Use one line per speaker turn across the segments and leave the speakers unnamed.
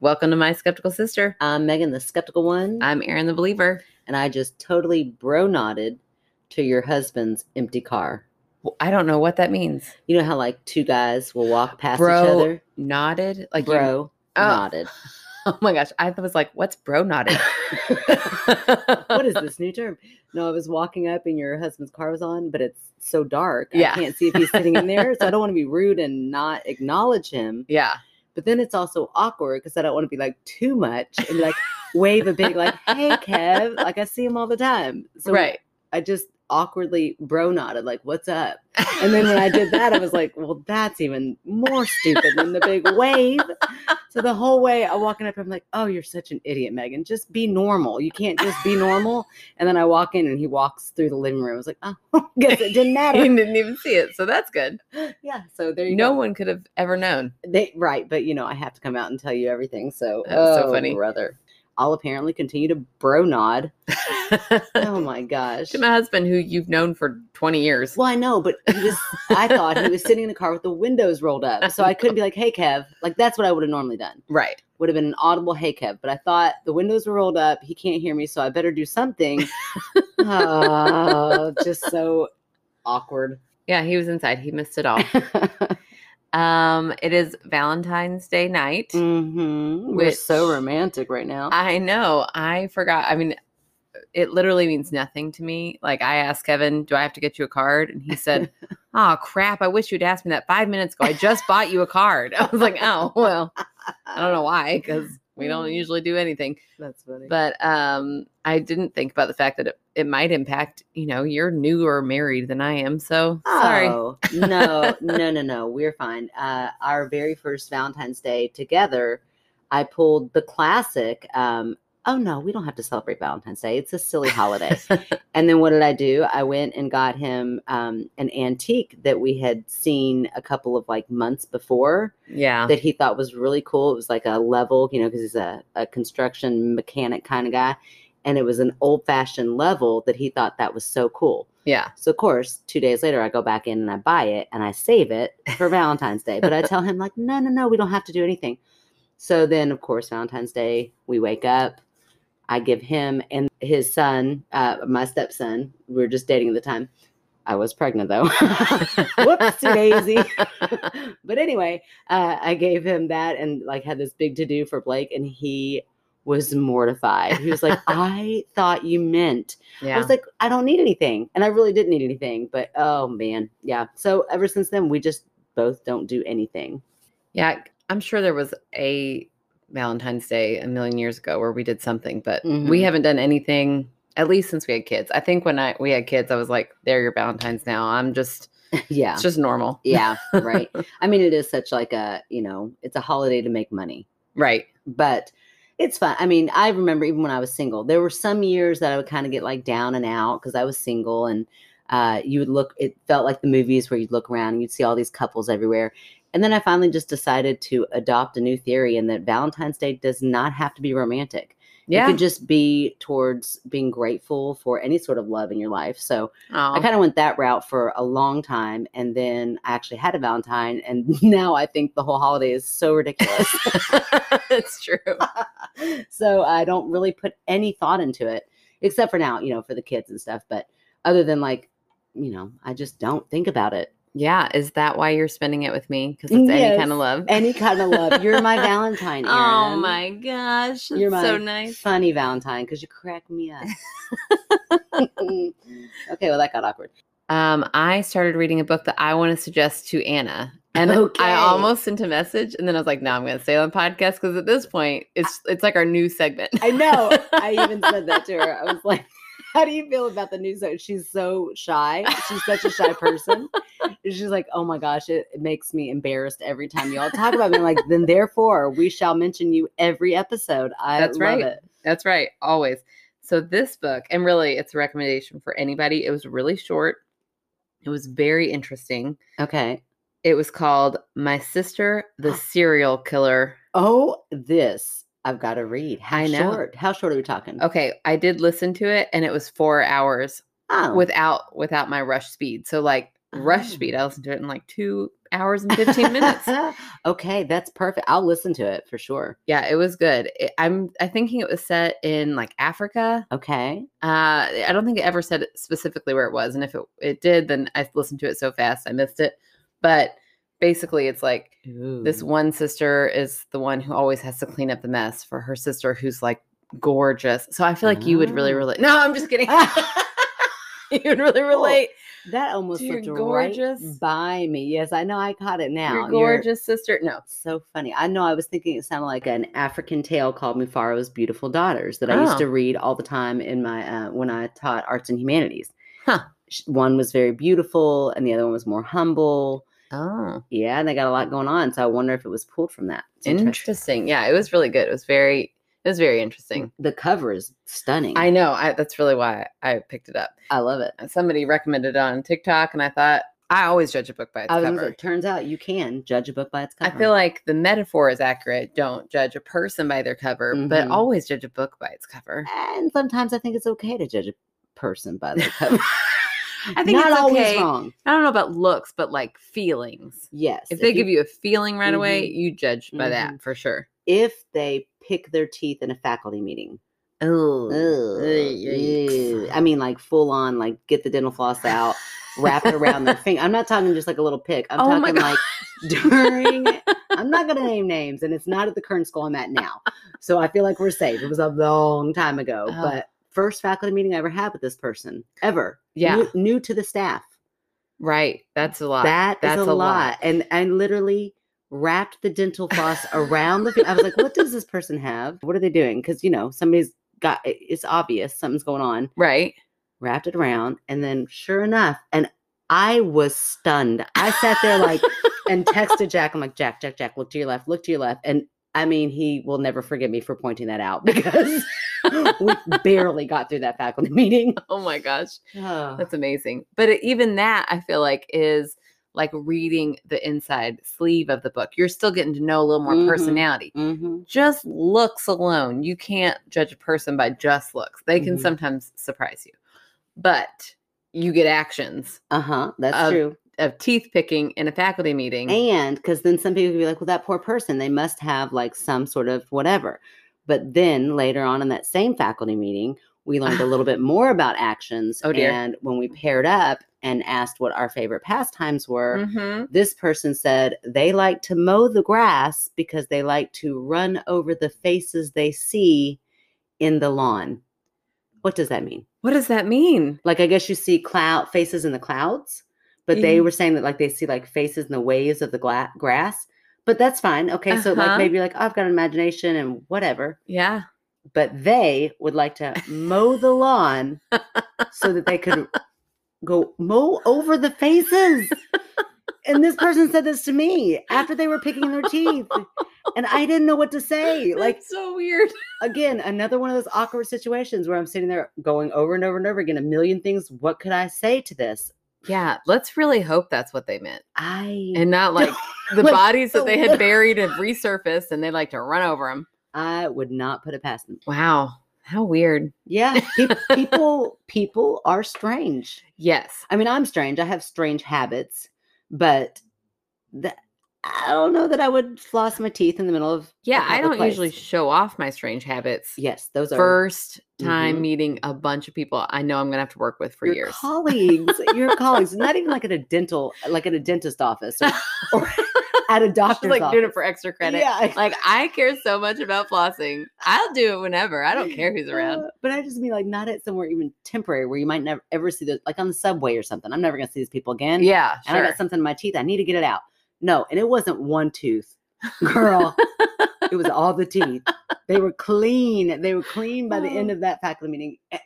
Welcome to My Skeptical Sister.
I'm Megan, the skeptical one,
I'm Erin the Believer.
and I just totally bro nodded to your husband's empty car.
Well, I don't know what that means.
You know how like two guys will walk past each
Bro
other,
Nodded? Like you-
bro
Oh.
nodded.
oh my gosh. I was like, what's bro nodded? Oh.
what is this new term? No, I was walking up and your husband's car was on, but it's so dark.
Yeah.
I can't see if he's sitting in there, so I don't want to be rude and not acknowledge him.
Yeah.
But then it's also awkward because I don't want to be like too much and like wave a big like, "Hey, Kev!" Like I see him all the time. So
right.
I just awkwardly bro nodded like, "What's up?" And then when I did that, I was like, well, that's even more stupid than the big wave. So the whole way I'm walking up, I'm like, oh, you're such an idiot, Megan. Just be normal. You can't just be normal. And then I walk in and he walks through the living room. I was like, oh, guess it didn't
he
matter.
didn't even see it. So that's good.
Yeah. So there you
No
go.
one could have ever known.
They, right. But, you know, I have to come out and tell you everything. So,
That was so
oh,
funny.
brother. I'll apparently continue to bro nod. Oh, my gosh.
to my husband, who you've known for 20 years.
Well, I know, but he was, I thought he was sitting in a car with the windows rolled up. So I couldn't be like, hey, Kev. Like, that's what I would have normally done.
Right.
Would have been an audible, hey, Kev. But I thought the windows were rolled up. He can't hear me. So I better do something. oh, just so awkward.
Yeah, he was inside. He missed it all. um, it is Valentine's Day night.
hmm We're so
Which-
romantic right now.
I know. I forgot. I mean, it literally means nothing to me. Like I asked Kevin, "Do I have to get you a card?" And he said, "Oh crap! I wish you'd asked me that five minutes ago. I just bought you a card." I was like, "Oh well, I don't know why, because we don't usually do anything."
That's funny.
But um, I didn't think about the fact that it, it might impact. You know, you're newer married than I am, so sorry.
Oh, no, no, no, no. We're fine. Uh, our very first Valentine's Day together, I pulled the classic. Um, oh no, we don't have to celebrate Valentine's Day. It's a silly holiday. and then what did I do? I went and got him um, an antique that we had seen a couple of like months before
yeah.
that he thought was really cool. It was like a level, you know, because he's a, a construction mechanic kind of guy. And it was an old fashioned level that he thought that was so cool.
Yeah.
So of course, two days later, I go back in and I buy it and I save it for Valentine's Day. But I tell him like, no, no, no, we don't have to do anything. So then, of course, Valentine's Day, we wake up. I give him and his son, uh, my stepson. We were just dating at the time. I was pregnant though. Whoopsie daisy. but anyway, uh, I gave him that and like had this big to do for Blake, and he was mortified. He was like, I thought you meant I
Yeah.
was like, I don't need anything. And I really didn't need anything. But oh man. Yeah. So ever since then, we just both don't do anything.
Yeah, I'm sure there was a Valentine's Day a million years ago where we did something, but we
Mhm.
haven't done anything at least since we had kids. I think when I we had kids, I was like, "They're your Valentines now." I'm just
yeah.
it's just normal,
Yeah. Right. I mean, it is such like a, you know, it's a holiday to make money,
right?
but it's fun. I mean, I remember even when I was single, there were some years that I would kind of get like down and out because I was single and uh, you would look, it felt like the movies where you'd look around and you'd see all these couples everywhere. And then I finally just decided to adopt a new theory and that Valentine's Day does not have to be romantic. It
Yeah.
could just be towards being grateful for any sort of love in your life. So
Aw.
I kind of went that route for a long time. And then I actually had a Valentine. And now I think the whole holiday is so ridiculous.
it's true.
so I don't really put any thought into it, except for now, you know, for the kids and stuff. But other than like, you know, I just don't think about it.
Yeah. Is that why you're spending it with me? Because it's any kind
Yes.
of love.
Any kind of love. You're my Valentine.
oh
Erin.
my gosh,
You're
that's
my
so nice.
funny Valentine because you crack me up. okay, well, that got awkward.
Um, I started reading a book that I want to suggest to Anna. And
Okay.
I almost sent a message and then I was like, no, I'm gonna stay on podcast because at this point it's it's like our new segment.
I know. I even said that to her. I was like, how do you feel about the news? zone?" She's so shy. She's such a shy person. And She's like, oh my gosh, it, it makes me embarrassed every time y'all talk about me. I'm like, then therefore, we shall mention you every episode. I
That's
love
right.
it.
That's right, always. So this book, and really it's a recommendation for anybody. It was really short. It was very interesting.
Okay.
It was called My Sister, the Serial Killer.
Oh, this I've got to read. How
I know.
short? How short are we talking?
Okay, I did listen to it and it was four hours
Oh,
without without my rush speed. So like rush speed. I listened to it in like two hours and 15 minutes.
okay, that's perfect. I'll listen to it for sure.
Yeah, it was good. It, I'm I thinking it was set in like Africa.
Okay.
Uh, I don't think it ever said specifically where it was, and if it it did, then I listened to it so fast I missed it. But basically, it's like this
Ooh.
one sister is the one who always has to clean up the mess for her sister who's like gorgeous. So I feel like you would really
Ah.
relate. No, I'm just kidding. you would really relate.
that almost
You're
looked
gorgeous.
right by me. Yes, I know. I caught it now.
Your
You're-
gorgeous sister. No.
so funny. I know I was thinking it sounded like an African tale called Mufaro's Beautiful Daughters that I
Oh.
used to read all the time in my uh, when I taught arts and humanities.
Huh.
Sh- One was very beautiful and the other one was more humble.
Oh,
Yeah, and they got a lot going on. So I wonder if it was pulled from that. It's interesting.
interesting. Yeah, it was really good. It was very it was very interesting.
The cover is stunning.
I know. I, that's really why I picked it up.
I love it.
Somebody recommended it on TikTok, and I thought I always judge a book by its
I was gonna say,
cover.
it turns out you can judge a book by its
I
cover.
feel like the metaphor is accurate. Don't judge a person by their cover, but
Mhm.
always judge a book by its cover.
and sometimes I think it's okay to judge a person by their cover.
I think
not
it's
always
okay.
wrong.
I don't know about looks, but like feelings.
Yes,
If, they give you Mm-hmm. a feeling right away,
Mhm.
you judge by that for sure.
if they pick their teeth in a faculty meeting.
Oh,
Ugh, ew. I mean, like full on, like get the dental floss out, wrap it around their finger. I'm not talking just like a little pick. I'm
Oh my
talking like during. I'm not gonna name names, and it's not at the current school I'm at now, so I feel like we're safe. It was a long time ago,
Oh.
but first faculty meeting I ever had with this person ever.
Yeah.
new, new to the staff.
right. That's a lot.
That is
That's
a, lot. and and literally wrapped the dental floss around the. fi- I was like, what does this person have? What are they doing? Because you know somebody's got. it- It's obvious something's going on.
Right.
Wrapped it around, and then sure enough, and I was stunned. I sat there like and texted Jack. I'm like, Jack, Jack, Jack, look to your left, look to your left, and. I mean, he will never forgive me for pointing that out because we barely got through that faculty meeting.
Oh my gosh.
Oh,
That's amazing. But it, even that, I feel like, is like reading the inside sleeve of the book. You're still getting to know a little more
Mhm.
personality.
hmm
Just looks alone. You can't judge a person by just looks. They can
Mhm.
sometimes surprise you, but you get actions
Uh huh. That's
Of-
true.
of teeth picking in a faculty meeting.
And because then some people could be like, well, that poor person, they must have like some sort of whatever. But then later on in that same faculty meeting, we learned a little bit more about actions.
Oh, dear.
And when we paired up and asked what our favorite pastimes were,
Mhm.
this person said they like to mow the grass because they like to run over the faces they see in the lawn. What does that mean?
What does that mean?
like I guess you see cloud faces in the clouds, but they
Mhm.
were saying that like they see like faces in the waves of the gla- grass. But that's fine. Okay, so
Uh-huh.
like maybe like I've got an imagination and whatever.
Yeah.
But they would like to mow the lawn so that they could go mow over the faces. And this person said this to me after they were picking their teeth. And I didn't know what to say. Like
That's so weird.
again, another one of those awkward situations where I'm sitting there going over and over and over again a million things. What could I say to this?
Yeah. Let's really hope that's what they meant
I
and not like the
Like,
bodies that
the
they
look.
had buried have resurfaced and they like to run over them.
I would not put it past them.
Wow. How weird.
Yeah, peop people people are strange.
Yes.
I mean, I'm strange. I have strange habits, but that I don't know that I would floss my teeth in the middle of a
Yeah, I
public
don't usually
place.
show off my strange habits.
yes, those are
First time
Mhm.
meeting a bunch of people I know I'm going to have to work with for
your
years.
colleagues, your colleagues, not even like at a dental, like at a dentist office or, or at a
Just
doctor's
like
office.
doing it for extra credit.
Yeah,
Like I care so much about flossing. I'll do it whenever. I don't care who's around.
Uh, but I just mean like not at somewhere even temporary where you might never ever see the like on the subway or something. I'm never gonna see these people again.
yeah,
And I
sure.
got something in my teeth. I need to get it out. No, and it wasn't one tooth, girl. it was all the teeth. They were clean. They were clean by the end
Oh.
of that faculty meeting. Eh,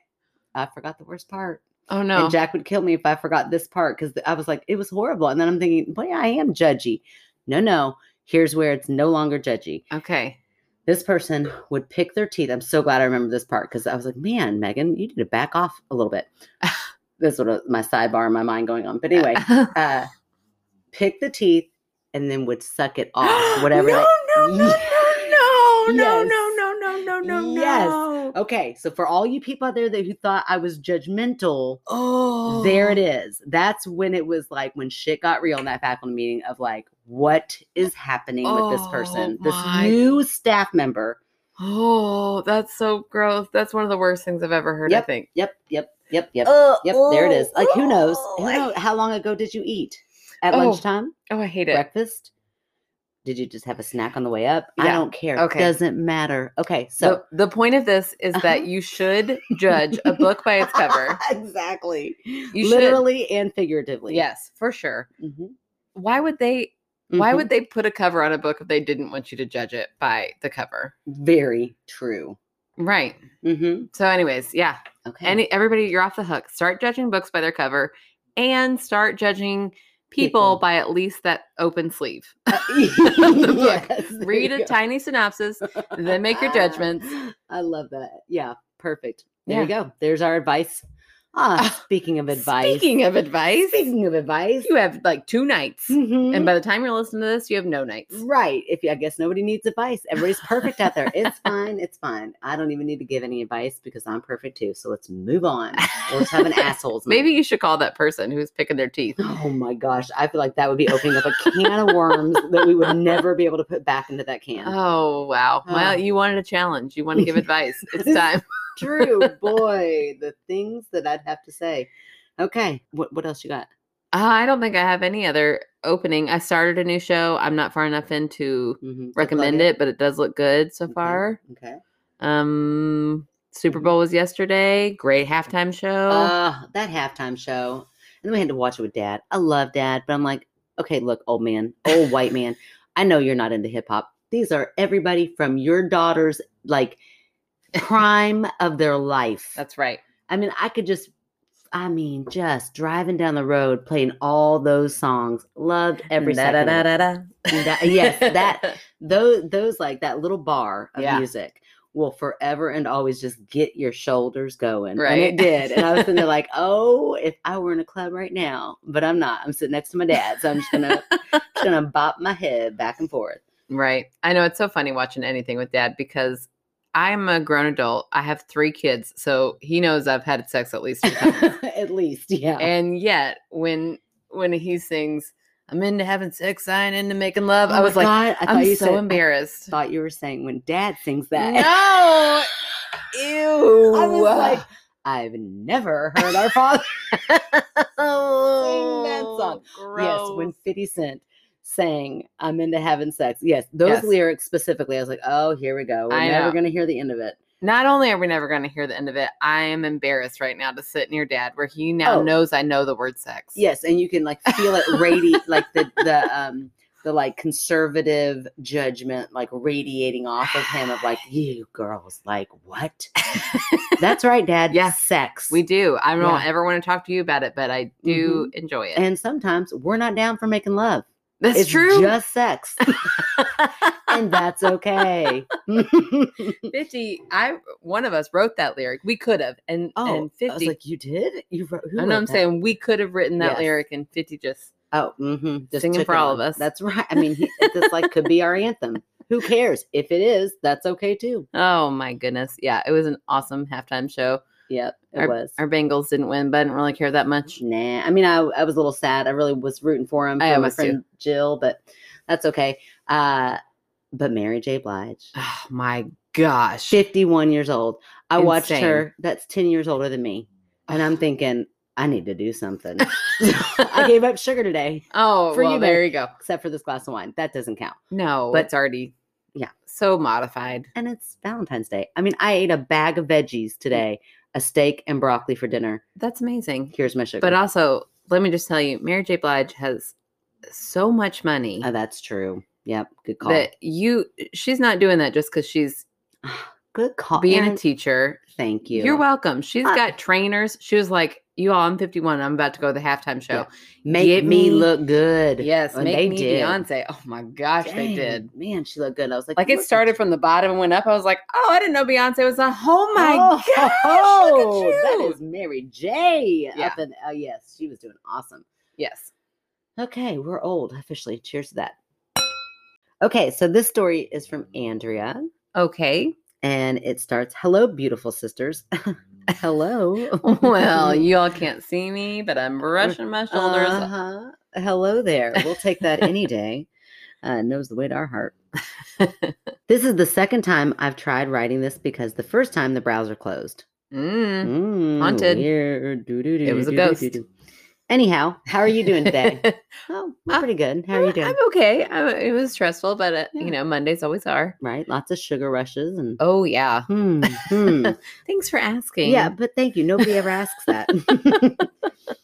I forgot the worst part.
Oh no.
And Jack would kill me if I forgot this part because I was like, it was horrible. And then I'm thinking, well, yeah, I am judgy. No, no. Here's where it's no longer judgy
okay.
this person would pick their teeth. I'm so glad I remember this part because I was like, man, Megan, you need to back off a little bit. That's what uh, my sidebar in my mind going on. But anyway, uh, pick the teeth and then would suck it off, whatever.
No, no,
that-
no, no, no, no, no, no, no, no,
Yes.
no, no,
Yes.
no.
Okay, so for all you people out there that who thought I was judgmental,
Oh,
there it is. That's when it was like when shit got real in that faculty meeting of like, what is happening with this
Oh,
person? This
my-
new staff member.
Oh, that's so gross. That's one of the worst things I've ever heard. I think
Yep, yep, yep, yep.
Oh,
yep, there it is. Like who knows? Who
oh,
knows? How long ago did you eat? At
Oh,
lunchtime?
Oh, I hate it.
Breakfast? Did you just have a snack on the way up? I
Yeah,
don't care.
okay.
Doesn't matter. Okay, so
So the, the point of this is
Uh-huh.
that you should judge a book by its cover.
exactly.
You
Literally and figuratively.
should. Yes, for sure.
Mhm.
Why would they why
Mhm.
would they put a cover on a book if they didn't want you to judge it by the cover?
very true.
Right.
Mm-hmm.
So anyways, yeah.
Okay.
Any everybody you're off the hook. Start judging books by their cover and start judging people,
People.
by at least that open sleeve.
yes, there
Read
you
a
go.
tiny synopsis, then make your judgments.
I love that. Yeah, perfect. There you
Yeah.
go. There's our advice. Ah,
Ah,
speaking of advice.
Speaking of advice,
speaking of advice.
you have like two nights.
mhm,
And by the time you're listening to this, you have no nights.
right. If you, I guess nobody needs advice. Everybody's perfect out there. It's fine. It's fine. I don't even need to give any advice because I'm perfect too. So let's move on. Or let's have an assholes. night.
Maybe you should call that person who's picking their teeth.
Oh my gosh. I feel like that would be opening up a can of worms that we would never be able to put back into that can.
Oh wow.
Oh.
Well, you wanted a challenge. You want to give advice. It's time.
True, boy, the things that I'd have to say. Okay, what what else you got?
Uh, I don't think I have any other opening. I started a new show. I'm not far enough in to
Mhm, to plug Mm-hmm.
recommend
in?
it, but it does look good so
Okay,
far.
Okay.
Um Super Bowl was yesterday. Great halftime show.
Mm-hmm. Uh, that halftime show, and then we had to watch it with Dad. I love Dad, but I'm like, okay, look, old man, old white man. I know you're not into hip hop. These are everybody from your daughter's like prime of their life.
That's right.
I mean, I could just, I mean, just driving down the road playing all those songs. Loved every second. of it. Da- yes, that- Those, those like that little bar of
Yeah.
music will forever and always just get your shoulders going. And
Right.
it did. And I was sitting there like, oh, if I were in a club right now, but I'm not. I'm sitting next to my dad, so I'm just gonna just gonna bop my head back and forth.
Right. I know it's so funny watching anything with dad because I'm a grown adult. I have three kids, so he knows I've had sex at least two times.
At least, yeah.
and yet when when he sings, I'm into having sex, I ain't into making love,
Oh
I
my
was like,
God, I
I'm
thought you
so
said-
embarrassed.
thought you were saying when Dad sings that.
No. Ew.
I was like, I've never heard our father.
oh,
that song. Yes, when
gross.
50 Cent sang I'm into having sex. Yes, those
Yes.
lyrics specifically, I was like, oh, here we go. We're
I
never
know.
going to hear the end of it.
Not only are we never going to hear the end of it, I am embarrassed right now to sit near dad where he now
Oh.
knows I know the word sex.
Yes, and you can like feel it radiate, like the, the, um, the like conservative judgment like radiating off of him of like you girls like what that's right dad
Yeah.
sex
We do. I don't
Yeah. Mm-hmm.
ever want to talk to you about it, but I do enjoy it.
and sometimes we're not down for making love
That's
it's
true.
just sex and that's okay.
Fifty. I one of us wrote that lyric. We could have, and and
I
fifty.
Oh, was like, you did? You wrote? Who
I
wrote
know. I'm
that?"
saying we could have written that
Yes.
lyric, and fifty just.
Oh, mm-hmm.
Singing for all of us.
That's right. I mean, he, this like could be our anthem. Who cares? If it is, that's okay too.
Oh my goodness! Yeah, it was an awesome halftime show.
Yep, it was.
Our Bengals didn't win, but I didn't really care that much.
nah, I mean, I, I was a little sad. I really was rooting for him.
I
for my
was too.
friend Jill, but that's okay. Uh, but Mary J. Blige,
Oh my gosh!
51 years old. I watched
Insane.
her. That's 10 years older than me, and I'm thinking I need to do something. I gave up sugar today.
oh,
for
well,
you,
there you go.
except for this glass of wine. That doesn't count.
No,
But-
it's already
yeah.
so modified.
And it's Valentine's Day. I mean, I ate a bag of
Mm.
veggies today, a steak and broccoli for dinner.
That's amazing.
Here's my sugar.
But also, let me just tell you, Mary J. Blige has so much money
oh, that's true. Yep. Good call.
that you she's not doing that just because she's
Good call.
being a
And
teacher.
Thank you. Uh,
You. are welcome. She's
I-
got trainers. She was like, "You all, I'm 51. I'm about to go to the halftime show."
Make
Get me-
me look good.
Yes,
And
make me Beyonce. Oh my gosh, they did.
Dang, Man, she looked good. I was like,
Like
"Look
it
at
started
you."
from the bottom and went up. I was like, "Oh, I didn't know Beyonce was a." Oh my gosh,
Oh,
look at you.
that is Mary J.
Yeah.
Up in, oh, yes. She was doing awesome.
yes.
Okay, we're old officially. Cheers to that. Okay, so this story is from Andrea.
Okay.
and it starts Hello, beautiful sisters. Hello.
Mm. well, you all can't see me, but I'm brushing my shoulders.
Uh-huh. Hello there. We'll take that any day. Uh, knows the way to our heart. this is the second time I've tried writing this because the first time the browser closed.
Mm.
Mm,
Haunted.
Weird. Doo-doo-doo,
It was a
doo-doo-doo-doo.
ghost.
Anyhow, how are you doing today? oh, I'm pretty good. How are you doing?
I'm okay. i it was stressful, but uh,
Yeah.
you know Mondays always are.
Right, lots of sugar rushes and.
Oh yeah.
Hmm, hmm.
Thanks for asking.
Yeah, but thank you. Nobody ever asks that.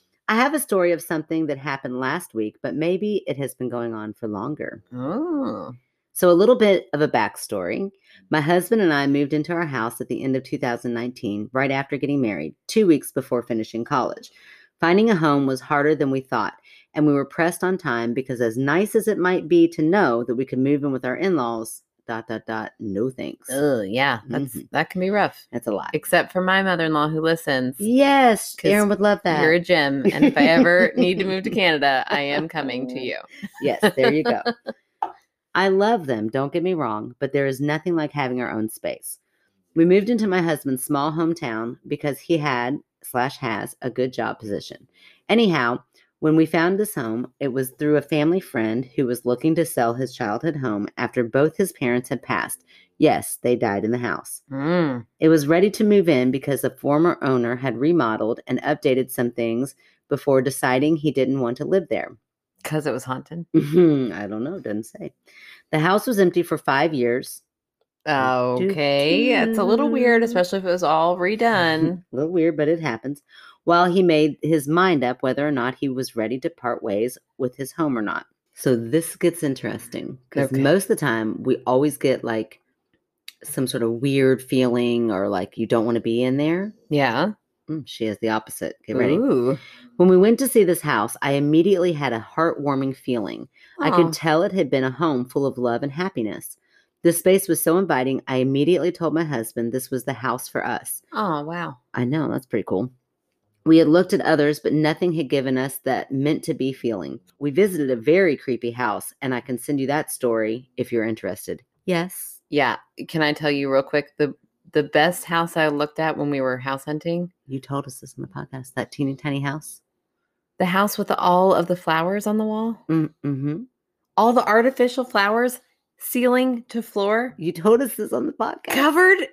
I have a story of something that happened last week, but maybe it has been going on for longer.
Oh.
So, a little bit of a backstory. My husband and I moved into our house at the end of 2019, right after getting married, two weeks before finishing college. Finding a home was harder than we thought, and we were pressed on time because, as nice as it might be to know that we could move in with our in laws, dot, dot, dot, no thanks.
Ugh, yeah. That's that can be rough.
That's a lot.
Except for my mother-in-law who listens.
Yes,
'Cause
Aaron would love that.
You're a gem, and if I ever need to move to Canada, I am coming to you.
Yes, there you go. I love them, don't get me wrong, but there is nothing like having our own space. We moved into my husband's small hometown because he had slash has a good job position. Anyhow, when we found this home, it was through a family friend who was looking to sell his childhood home after both his parents had passed. Yes, they died in the house.
Mm.
It was ready to move in because the former owner had remodeled and updated some things before deciding he didn't want to live there.
Cause it was haunted.
Mhm, I don't know. Doesn't say. The house was empty for five years. do,
Okay, it's a little weird,
do.
especially if it was all redone.
Mm-hmm, a little weird, but it happens. While he made his mind up whether or not he was ready to part ways with his home or not. So this gets interesting because
Okay.
most of the time we always get like some sort of weird feeling or like you don't want to be in there.
Yeah.
Mm, she has the opposite. Get ready.
Ooh.
When we went to see this house, I immediately had a heartwarming feeling. I
Aw.
could tell it had been a home full of love and happiness. The space was so inviting, I immediately told my husband this was the house for us.
Oh wow.
I know, that's pretty cool. We had looked at others, but nothing had given us that meant to be feeling. We visited a very creepy house, and I can send you that story if you're interested. Yes.
Yeah. Can I tell you real quick the the best house I looked at when we were house hunting?
You told us this in the podcast that teeny tiny house.
The house with all of the flowers on the wall,
Mm hmm.
all the artificial flowers, ceiling to floor,
You told us this on the podcast.
covered.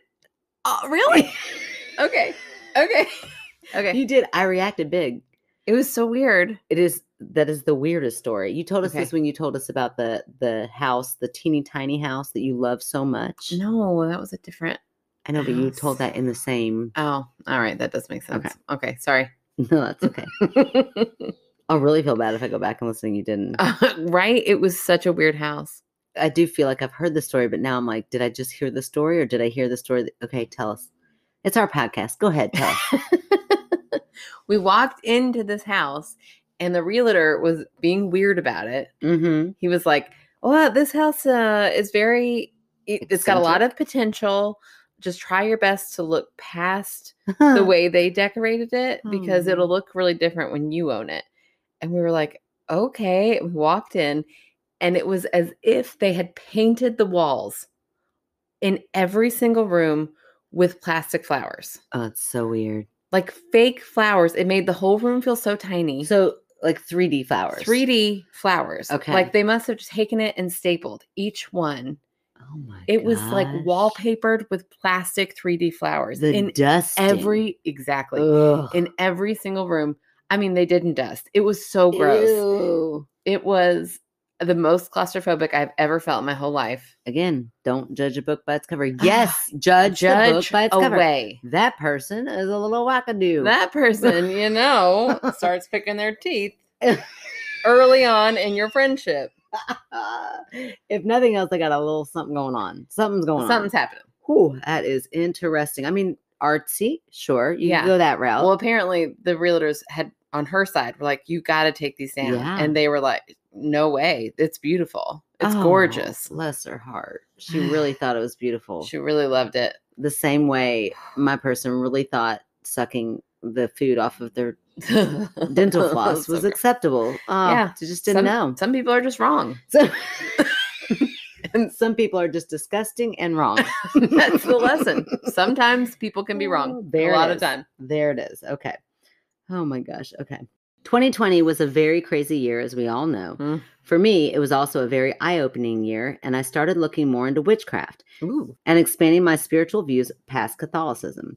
Oh, really? okay. Okay. Okay.
You did. I reacted big.
It was so weird.
It is that is the weirdest story. You told us this
Okay.
when you told us about the the house, the teeny tiny house that you love so much.
No, that was a different.
I know, but you told
house.
that in the same.
Oh, all right. That does make sense.
Okay.
Okay. sorry.
No, that's okay. I'll really feel bad if I go back and listen. and You didn't.
Oh. right? It was such a weird house.
I do feel like I've heard the story, but now I'm like, did I just hear the story or did I hear the story? That, okay, tell us. It's our podcast. Go ahead, tell us.
we walked into this house, and the realtor was being weird about it.
mm-hmm.
He was like, "Well, this house uh, is very. It, it's got a lot of potential. Just try your best to look past the way they decorated it because
Oh.
it'll look really different when you own it. And we were like, okay. We walked in and it was as if they had painted the walls in every single room with plastic flowers,
Oh, it's so weird.
like fake flowers. It made the whole room feel so tiny.
So like 3D flowers.
3D flowers.
Okay.
Like they must have just taken it and stapled each one.
Oh my.
It was like
gosh.
wallpapered with plastic 3D flowers
The
in
dust.
every, exactly
Ugh.
in every single room. I mean, they didn't dust. It was so gross.
Ew.
It was the most claustrophobic I've ever felt in my whole life.
Again, don't judge a book by its cover. Yes, judge, the book
Ah, Judge
by its cover.
away.
That person is a little wackadoo.
That person, you know, starts picking their teeth early on in your friendship.
Uh, if nothing else, they got a little something going on. Something's going
Something's
on.
happening.
Whew, that is interesting. I mean, artsy, sure. You
Yeah.
can go that route.
Well, apparently the realtors had on her side were like, "You got to take these down,"
Yeah.
and they were like, "No way! It's beautiful. It's
Oh,
gorgeous."
Bless her heart. She really thought it was beautiful.
She really loved it.
the same way my person really thought sucking the food off of their dental floss
Oh, So
was
gross.
acceptable. Uh,
Yeah.
She just didn't
some,
know.
Some people are just wrong.
So and some people are just disgusting and wrong.
That's the lesson. Sometimes people can be
Oh,
wrong.
there
a
it
lot of
is.
time.
There it is. Okay. Oh my gosh. Okay. 2020 was a very crazy year, as we all know.
Mm.
For me, it was also a very eye opening year, and I started looking more into witchcraft
Ooh.
and expanding my spiritual views past Catholicism.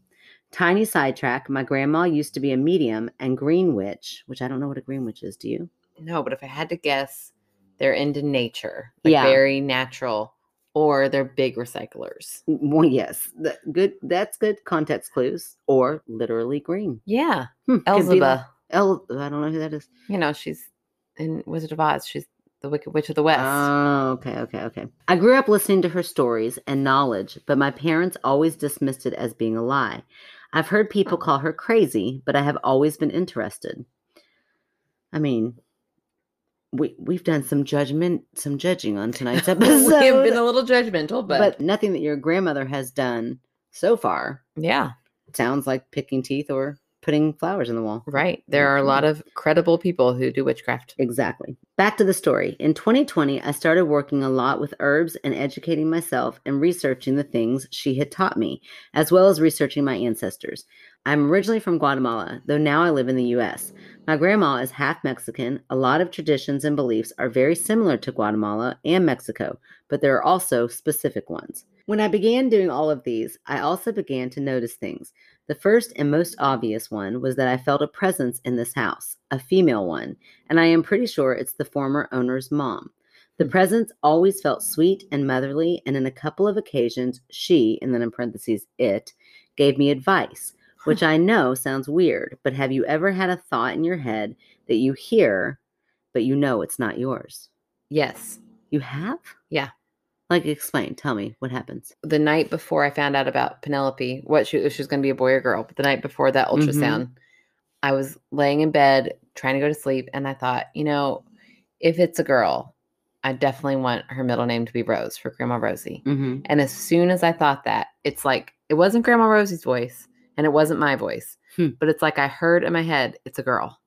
Tiny sidetrack my grandma used to be a medium and green witch, which I don't know what a green witch is. Do you?
No, but if I had to guess, they're into nature. Like
Yeah.
very natural. Or they're big recyclers.
Well, yes. Th- good. That's good context clues, or literally green.
Yeah.
Hmm, could be like-
Elzeba.
El- I don't know who that is.
You know, she's in Wizard of Oz. She's the Wicked Witch of the West.
Oh, okay, okay, okay. I grew up listening to her stories and knowledge, but my parents always dismissed it as being a lie. I've heard people call her crazy, but I have always been interested. I mean, we we've done some judgment, some judging on tonight's episode,
we have been a little judgmental,
but,
but,
nothing that your grandmother has done so far
yeah,
sounds like picking teeth or putting flowers in the wall.
right. There are a lot
Mm-hmm.
of credible people who do witchcraft.
Exactly. Back to the story. In 2020, I started working a lot with herbs and educating myself and researching the things she had taught me, as well as researching my ancestors. I'm originally from Guatemala, though now I live in the US. My grandma is half Mexican. A lot of traditions and beliefs are very similar to Guatemala and Mexico, but there are also specific ones. When I began doing all of these, I also began to notice things. The first and most obvious one was that I felt a presence in this house, a female one and I am pretty sure it's the former owner's mom. The presence always felt sweet and motherly, and in a couple of occasions, she, and then in parentheses, it, gave me advice, which I know sounds weird, but have you ever had a thought in your head that you hear, but you know it's not yours?
Yes.
You have?
Yeah.
Like, explain, tell me what happens.
The night before I found out about Penelope, what she, if she was going to be a boy or girl, but the night before that ultrasound, I was laying in bed trying to go to sleep. And I thought, you know, if it's a girl, I definitely want her middle name to be Rose for Grandma Rosie.
Mm-hmm.
And as soon as I thought that, it's like it wasn't Grandma Rosie's voice and it wasn't my voice,
Hmm.
but it's like I heard in my head, it's a girl.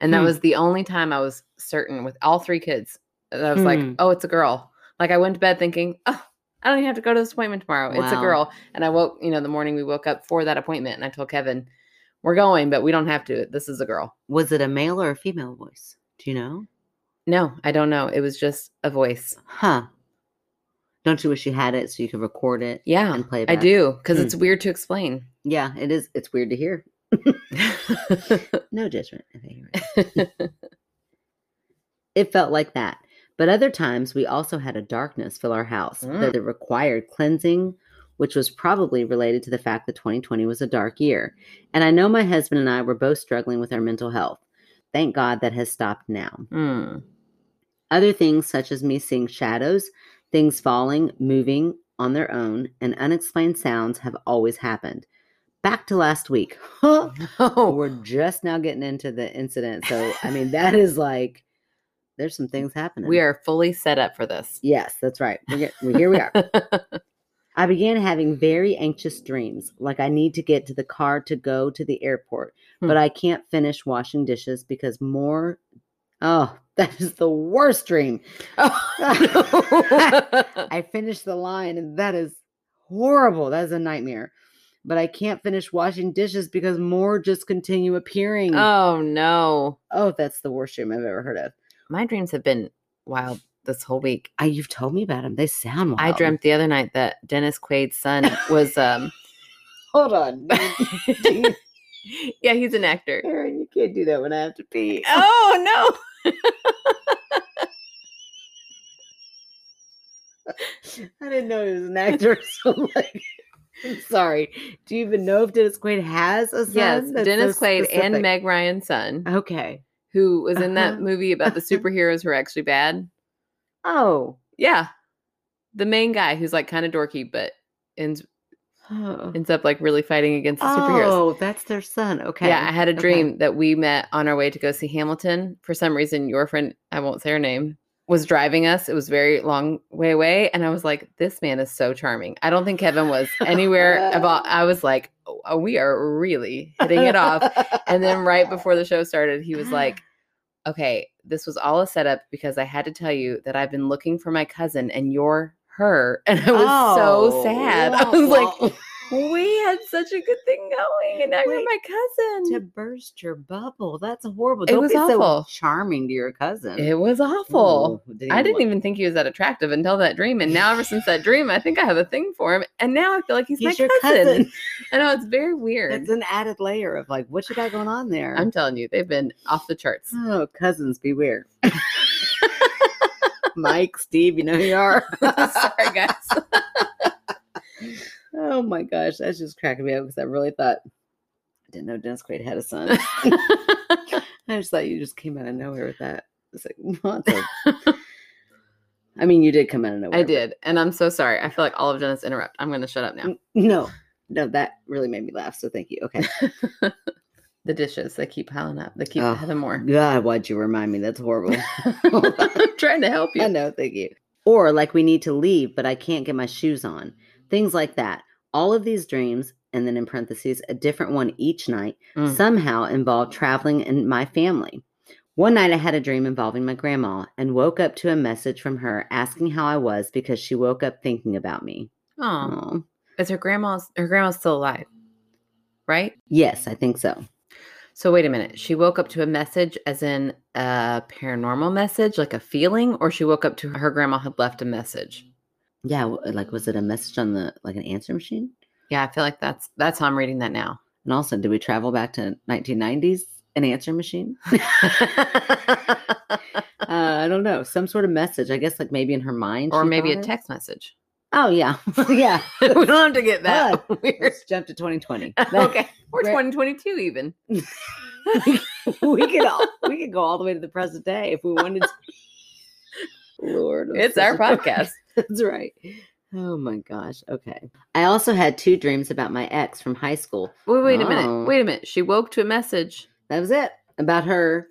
And that
Hmm.
was the only time I was certain with all three kids. that I was
Hmm.
like, oh, it's a girl. Like I went to bed thinking, oh, I don't even have to go to this appointment tomorrow. It's a
Wow.
girl. And I woke, you know, the morning we woke up for that appointment and I told Kevin, we're going, but we don't have to. This is a girl.
Was it a male or a female voice? Do you know?
No, I don't know. It was just a voice.
Huh. Don't you wish you had it so you could record it
Yeah,
and play it
I
back?
do. Cause
Hmm.
it's weird to explain.
Yeah, it is. It's weird to hear. No judgment. I think you're right. It felt like that. But other times, we also had a darkness fill our house
Mm.
that it required cleansing, which was probably related to the fact that 2020 was a dark year. And I know my husband and I were both struggling with our mental health. Thank God that has stopped now.
Hmm.
Other things, such as me seeing shadows, things falling, moving on their own, and unexplained sounds, have always happened. Back to last week.
Oh,
we're just now getting into the incident. So, I mean, that is like, there's some things happening.
we are fully set up for this.
Yes, that's right. We're get, well, here we are. I began having very anxious dreams, like I need to get to the car to go to the airport, but
Hmm.
I can't finish washing dishes because more. Oh, that is the worst dream. I finished the line, and that is horrible. That is a nightmare. But I can't finish washing dishes because more just continue appearing.
oh no.
Oh, that's the worst dream I've ever heard of.
My dreams have been wild this whole week.
I, you've told me about them. They sound wild.
I dreamt the other night that Dennis Quaid's son was um
Hold on.
yeah, he's an actor.
Aaron, you can't do that when I have to pee.
Oh
I didn't know he was an actor. So like, I'm sorry. Do you even know if Dennis Quaid has a
no.
son?
Yes,
That's
Dennis
so
Quaid and
specific.
Meg Ryan's son,
Okay.
who was in that
Uh-huh.
movie about the superheroes who are actually bad.
Oh.
Yeah. The main guy who's like kind of dorky but ends
Oh,
ends up like really fighting against the superheroes.
Oh, that's their son. Okay.
Yeah, I had a
okay.
dream that we met on our way to go see Hamilton. For some reason, your friend, I won't say her name, was driving us. It was very long way away. And I was like, this man is so charming. I don't think Kevin was anywhere about I was like, oh, we are really hitting it off. And then right before the show started, he was like, Okay, this was all a setup because I had to tell you that I've been looking for my cousin and you're her. And I was so
Oh,
sad. I
wah,
was
wah.
like, we had such a good thing going and now you're
Wait,
my cousin.
to burst your bubble. That's horrible.
It
Don't
was
be
awful.
so charming to your cousin.
It was awful.
Ooh,
I didn't
look-
even think he was that attractive until that dream. And now, ever since that dream, I think I have a thing for him. And now I feel like he's,
He's
my
your
cousin.
cousin.
I know it's very weird.
That's an added layer of like, what you got going on there?
I'm telling you, they've been off the charts.
oh, cousins, beware. Mike, Steve, you know who you are.
Sorry, guys.
oh my gosh, that's just cracking me up because I really thought I didn't know Dennis Quaid had a son. I just thought you just came out of nowhere with that. It's like, what the- I mean, you did come out of nowhere.
I
but-
did. And I'm so sorry. I feel like all of Jenna's interrupt. I'm going to shut up now.
N- No, no, that really made me laugh. So thank you. Okay.
The dishes, they keep piling up. They keep
Oh.
having more.
God, why'd you remind me? That's horrible.
I'm trying to help
I
you.
know. Thank you. Or like we need to leave, but I can't get my shoes on. Things like that. All of these dreams, and then in parentheses, a different one each night,
Mm.
somehow involved traveling and my family. One night I had a dream involving my grandma and woke up to a message from her asking how I was because she woke up thinking about me.
Oh,
Aw.
is her grandma's, her grandma's still alive, right?
Yes, I think so.
So wait a minute. She woke up to a message as in a paranormal message, like a feeling, or she woke up to her grandma had left a message.
Yeah, w- like was it a message on the like an answer machine?
Yeah, I feel like that's that's how I'm reading that now.
And also, did we travel back to 1990s? An answer machine? uh, I don't know. Some sort of message. I guess like maybe in her mind,
or
she
maybe
thought
a
it.
text message.
Oh yeah, yeah.
we don't have to get that weird.
Let's jump to 2020.
okay. Or
Gra-
2022 even.
we could all, we could go all the way to the present day if we wanted. to. Lord, I'm
It's
such
our
a dork.
podcast.
That's right. Oh my gosh. Okay. I also had two dreams about my ex from high school.
Wait, wait a
Oh.
minute. Wait a minute. She woke to a message.
That was it about her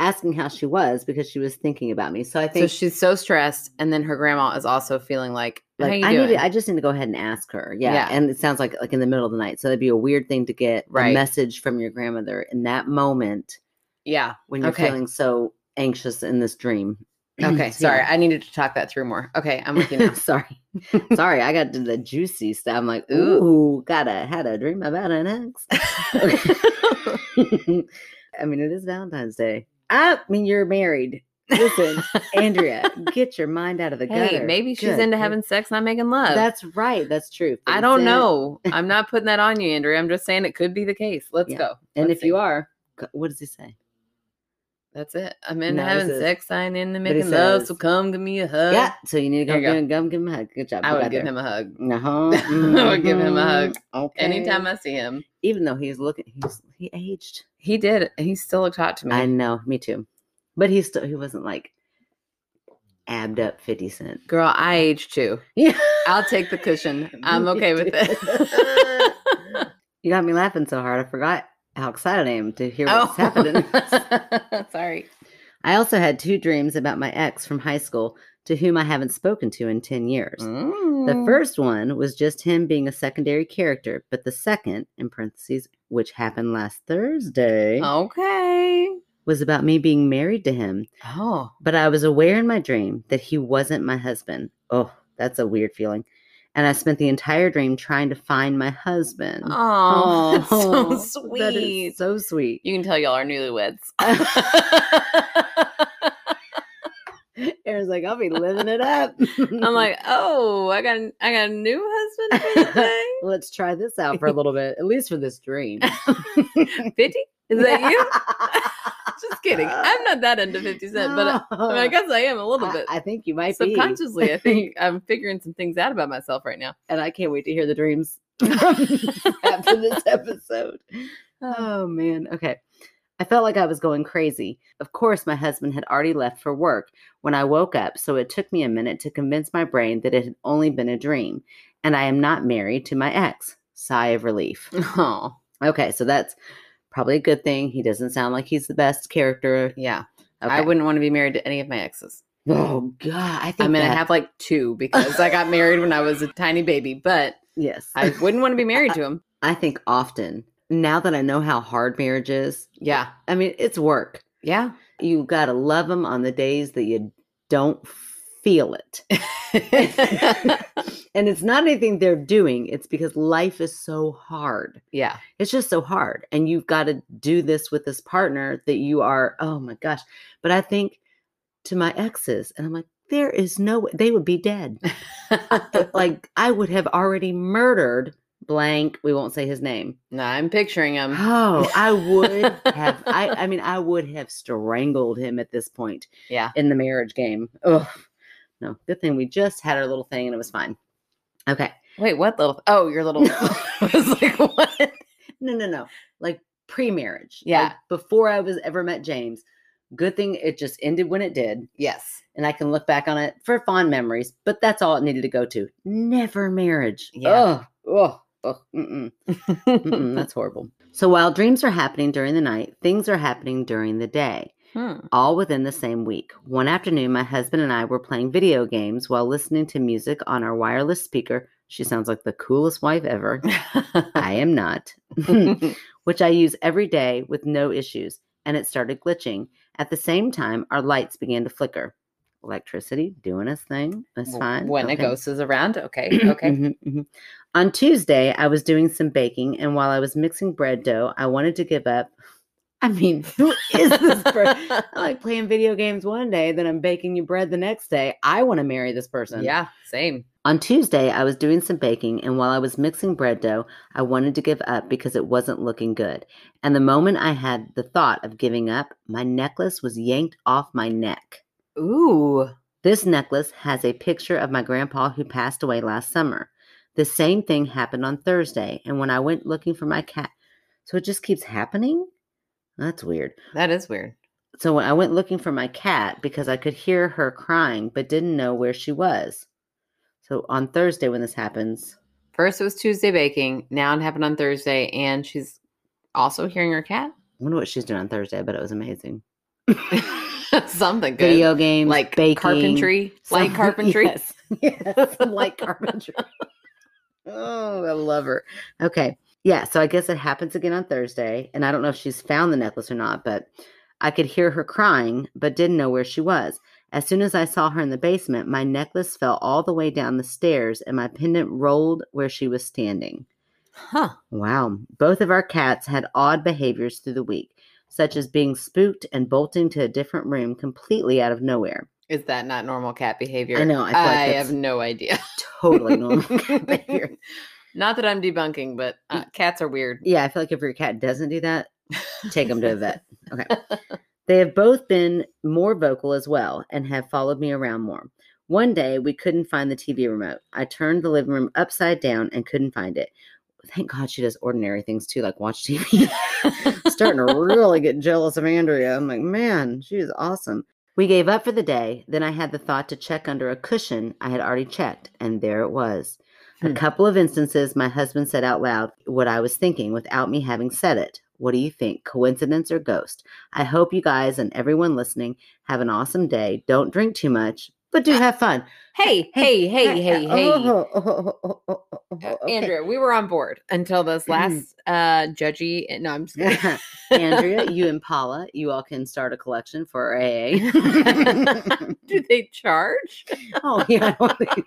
asking how she was because she was thinking about me. So I
So
think
she's so stressed. And then her grandma is also feeling like, how
like
you
I
doing?
need to, I just need to go ahead and ask her. Yeah.
Yeah.
And it sounds like like in the middle of the night. So that'd be a weird thing to get
Right.
a message from your grandmother in that moment
yeah.
when you're
Okay.
feeling so anxious in this dream.
Okay.
So,
Sorry.
yeah.
I needed to talk that through more. Okay. I'm with you now.
Sorry. Sorry, I got to the juicy stuff. I'm like,
Ooh.
ooh, gotta had a dream about an ex. I mean, it is Valentine's Day. I mean, you're married. Listen, Andrea, get your mind out of the gutter.
hey, maybe she's
Good
into
grief.
having sex, not making love.
That's right. That's true.
I
Things
don't
in-
know. I'm not putting that on you, Andrea. I'm just saying it could be the case. Let's
Yeah.
go.
And
Let's
if you
see.
are, c- what does he say?
that's it. I'm into
No, this
having
is-
sex. I ain't into
But he
making love. So
says-
come give me a hug.
yeah. So you need to
there
go,
Uh, you
go.
go.
and come give him a hug. Good job.
I would give him a hug
him. Uh-huh.
I would give him a hug
mhm, Okay.
anytime I see him.
Even though he's looking, he's he aged.
He did. He still looked hot to me.
I know. Me too. But he still he wasn't like abbed up Fifty Cent.
Girl, I age too.
Yeah.
I'll take the cushion. I'm
Me
okay with
too.
it.
You got me laughing so hard. I forgot how excited I am to hear what's happening.
oh, sorry.
I also had two dreams about my ex from high school to whom I haven't spoken to in 10 years. The
The
first one was just him being a secondary character, but the second, in parentheses, which happened last Thursday,
Oh. Okay.
was about me being married to him.
Oh.
But I was aware in my dream that he wasn't my husband. Oh, that's a weird feeling. And I spent the entire dream trying to find my husband.
Oh, that's
Oh,
so
That is
sweet.
so sweet.
You can tell y'all are newlyweds.
Aaron's like, I'll be living it up.
I'm like, oh, I got a- I got a new husband for the thing.
let's try this out for a little bit, at least for this dream.
Fifty? Is that you? Just kidding. I'm not that into Fifty Cent, but uh, I, I, mean, I guess I am a little
I-
bit.
I, think you might be.
Subconsciously, I think I'm figuring some things out about myself right now.
And I can't wait to hear the dreams after this episode. Oh, man. Okay. I felt like I was going crazy. Of course, my husband had already left for work when I woke up, so it took me a minute to convince my brain that it had only been a dream and I am not married to my ex. Sigh of relief.
Oh,
Okay, so that's probably a good thing. He doesn't sound like he's the best character.
yeah.
Okay.
I wouldn't want to be married to any of my exes.
Oh God, I think.
I mean, I
that-
have like two because I got married when I was a tiny baby, but
yes.
I
I,
wouldn't want to be married to him.
I think often now that I know how hard marriage is.
Yeah.
I mean, it's work.
Yeah.
You got to love them on the days that you don't feel it. and it's not anything they're doing, it's because life is so hard.
yeah.
It's just so hard. And you've got to do this with this partner that you are, oh my gosh. But I think to my exes, and I'm like, there is no way they would be dead. like, I would have already murdered blank. We won't say his name.
no, I'm picturing him.
Oh, I would have. I, I mean, I would have strangled him at this point.
Yeah.
In the marriage game. Oh, no. Good thing we just had our little thing and it was fine. Okay.
Wait, what little? Oh, your little. I was like, what?
No, no, no. Like pre marriage.
Yeah.
before I was ever met James. Good thing it just ended when it did.
Yes.
And I can look back on it for fond memories, but that's all it needed to go to. Never marriage.
Yeah.
Oh, oh, oh mm-mm. Mm-mm, that's horrible. So while dreams are happening during the night, things are happening during the day,
Hmm.
all within the same week. One afternoon, my husband and I were playing video games while listening to music on our wireless speaker. She sounds like the coolest wife ever. I am not, Hmm. which I use every day with no issues, and it started glitching. At the same time, our lights began to flicker. Electricity doing its thing. That's fine.
When a
okay.
ghost is around. Okay. Okay.
Mhm, mhm. On Tuesday, I was doing some baking, and while I was mixing bread dough, I wanted to give up. I mean, who is this person? I like playing video games one day, then I'm baking you bread the next day. I want to marry this person.
yeah. Same.
On Tuesday, I was doing some baking, and while I was mixing bread dough, I wanted to give up because it wasn't looking good. And the moment I had the thought of giving up, my necklace was yanked off my neck.
Ooh.
This necklace has a picture of my grandpa who passed away last summer. The same thing happened on Thursday, and when I went looking for my cat, so it just keeps happening? That's weird.
That is weird.
So when I went looking for my cat because I could hear her crying but didn't know where she was. So on Thursday when this happens,
First it was Tuesday baking. Now it happened on Thursday, and she's also hearing her cat.
I wonder what she's doing on Thursday, but it was amazing.
Something good.
Video games,
like
baking,
carpentry. Like
some-
carpentry.
Yes, yes some light carpentry. oh, I love her. Okay. Yeah. So I guess it happens again on Thursday. And I don't know if she's found the necklace or not, but I could hear her crying, but didn't know where she was. As soon as I saw her in the basement, my necklace fell all the way down the stairs and my pendant rolled where she was standing.
Huh.
Wow. Both of our cats had odd behaviors through the week, such as being spooked and bolting to a different room completely out of nowhere.
Is that not normal cat behavior?
I know, I
I,
feel like that's-
have no idea.
Totally normal cat behavior. Mm.
Not that I'm debunking, but uh, cats are weird.
Yeah, I feel like if your cat doesn't do that, take them to a vet. Okay. they have both been more vocal as well and have followed me around more. One day we couldn't find the TV remote. I turned the living room upside down and couldn't find it. Thank God she does ordinary things too, like watch TV. Starting to really get jealous of Andrea. I'm like, man, she is awesome. We gave up for the day. Then I had the thought to check under a cushion I had already checked, and there it was. A
Hmm.
couple of instances, my husband said out loud what I was thinking without me having said it. What do you think? Coincidence or ghost? I hope you guys and everyone listening have an awesome day. Don't drink too much, but do have fun.
Hey, hey, hey, hey, hey.
Oh, oh, oh, oh, oh, oh,
Uh,
okay. Mm-hmm.
Andrea, we were on board until this last uh judgy. No, I'm just kidding.
Andrea, you and Paula, you all can start a collection for AA.
Do they charge?
oh yeah, I don't think-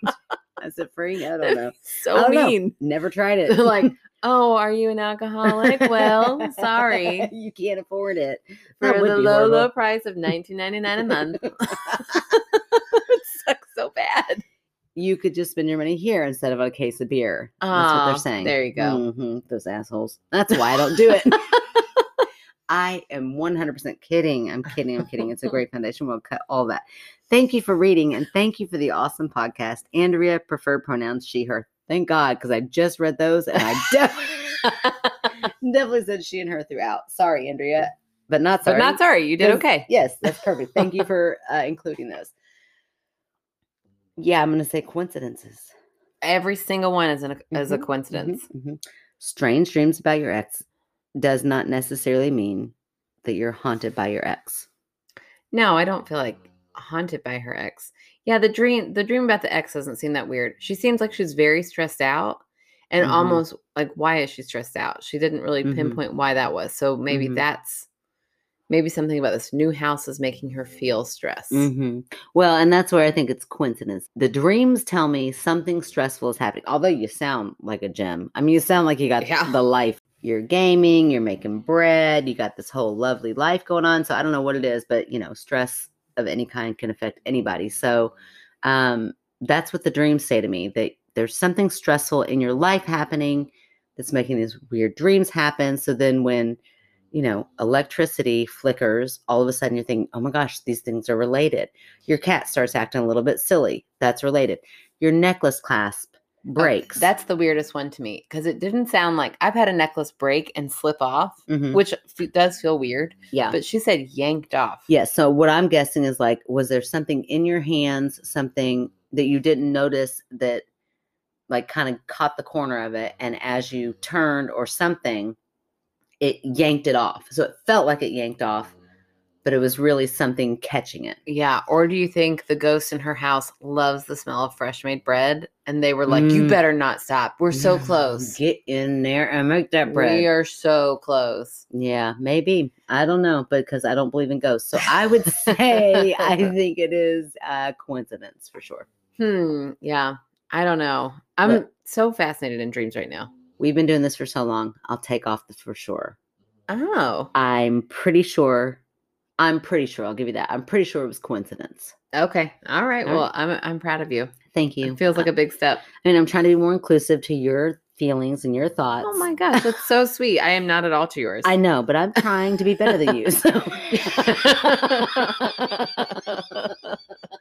is it free? I don't know.
So
I don't know.
mean.
Never tried it.
They're like, oh, are you an alcoholic? Well, sorry.
you can't afford it
For
That would
the
be
low,
horrible.
low price of nineteen ninety nine a month. it sucks so bad.
You could just spend your money here instead of on a case of beer. That's what
Ah,
they're saying.
there you go.
Mhm, Those assholes. That's why I don't do it. I am 100% kidding. I'm kidding. I'm kidding. It's a great foundation. We'll cut all that. Thank you for reading and thank you for the awesome podcast. Andrea, preferred pronouns she, her. Thank God, because I just read those and I definitely, definitely said she and her throughout. Sorry, Andrea, but not
But
sorry.
not sorry, you did
Does-
okay.
Yes, that's perfect. Thank you for uh, including those. Yeah, I'm going to say coincidences.
Every single one is an, is a
Mhm,
coincidence.
Mhm. Strange dreams about your ex does not necessarily mean that you're haunted by your ex.
No, I don't feel like
Mm.
haunted by her ex. Yeah, the dream the dream about the ex doesn't seem that weird. She seems like she's very stressed out and
Mhm.
almost like why is she stressed out? She didn't really
Mhm.
pinpoint why that was. So maybe
Mhm.
that's maybe something about this new house is making her feel stress.
hmm Well, and that's where I think it's coincidence. The dreams tell me something stressful is happening. Although you sound like a gem. I mean, you sound like you got
Yeah.
the life. You're gaming, you're making bread, you got this whole lovely life going on. So I don't know what it is, but you know, stress of any kind can affect anybody. So um, that's what the dreams say to me that there's something stressful in your life happening that's making these weird dreams happen. So then when you know, electricity flickers, all of a sudden you're thinking, oh my gosh, these things are related. Your cat starts acting a little bit silly. That's related. Your necklace clasp
Oh,
breaks.
That's the weirdest one to me because it didn't sound like I've had a necklace break and slip off,
Mhm.
which f- does feel weird.
yeah.
But she said yanked off.
yeah. So what I'm guessing is like, was there something in your hands, something that you didn't notice that like kind of caught the corner of it? And as you turned or something, it yanked it off. So it felt like it yanked off, but it was really something catching it.
Yeah. Or do you think the ghost in her house loves the smell of fresh made bread? And they were like, you
Mm.
better not stop. We're so close.
Get in there and make that bread.
We are so close.
Yeah, maybe. I don't know, but because I don't believe in ghosts. So I would say I think it is a coincidence for sure.
Hmm. Yeah. I don't know. I'm
But-
so fascinated in dreams right now.
We've been doing this for so long. I'll take off the for sure.
Oh.
I'm pretty sure. I'm pretty sure. I'll give you that. I'm pretty sure it was coincidence.
Okay. All right.
All
well, I'm I'm proud of you.
Thank you.
It feels like a big step.
I mean, I'm trying to be more inclusive to your feelings and your thoughts.
Oh my gosh, that's so sweet. I am not at all to yours.
I know, but I'm trying to be better than you. So.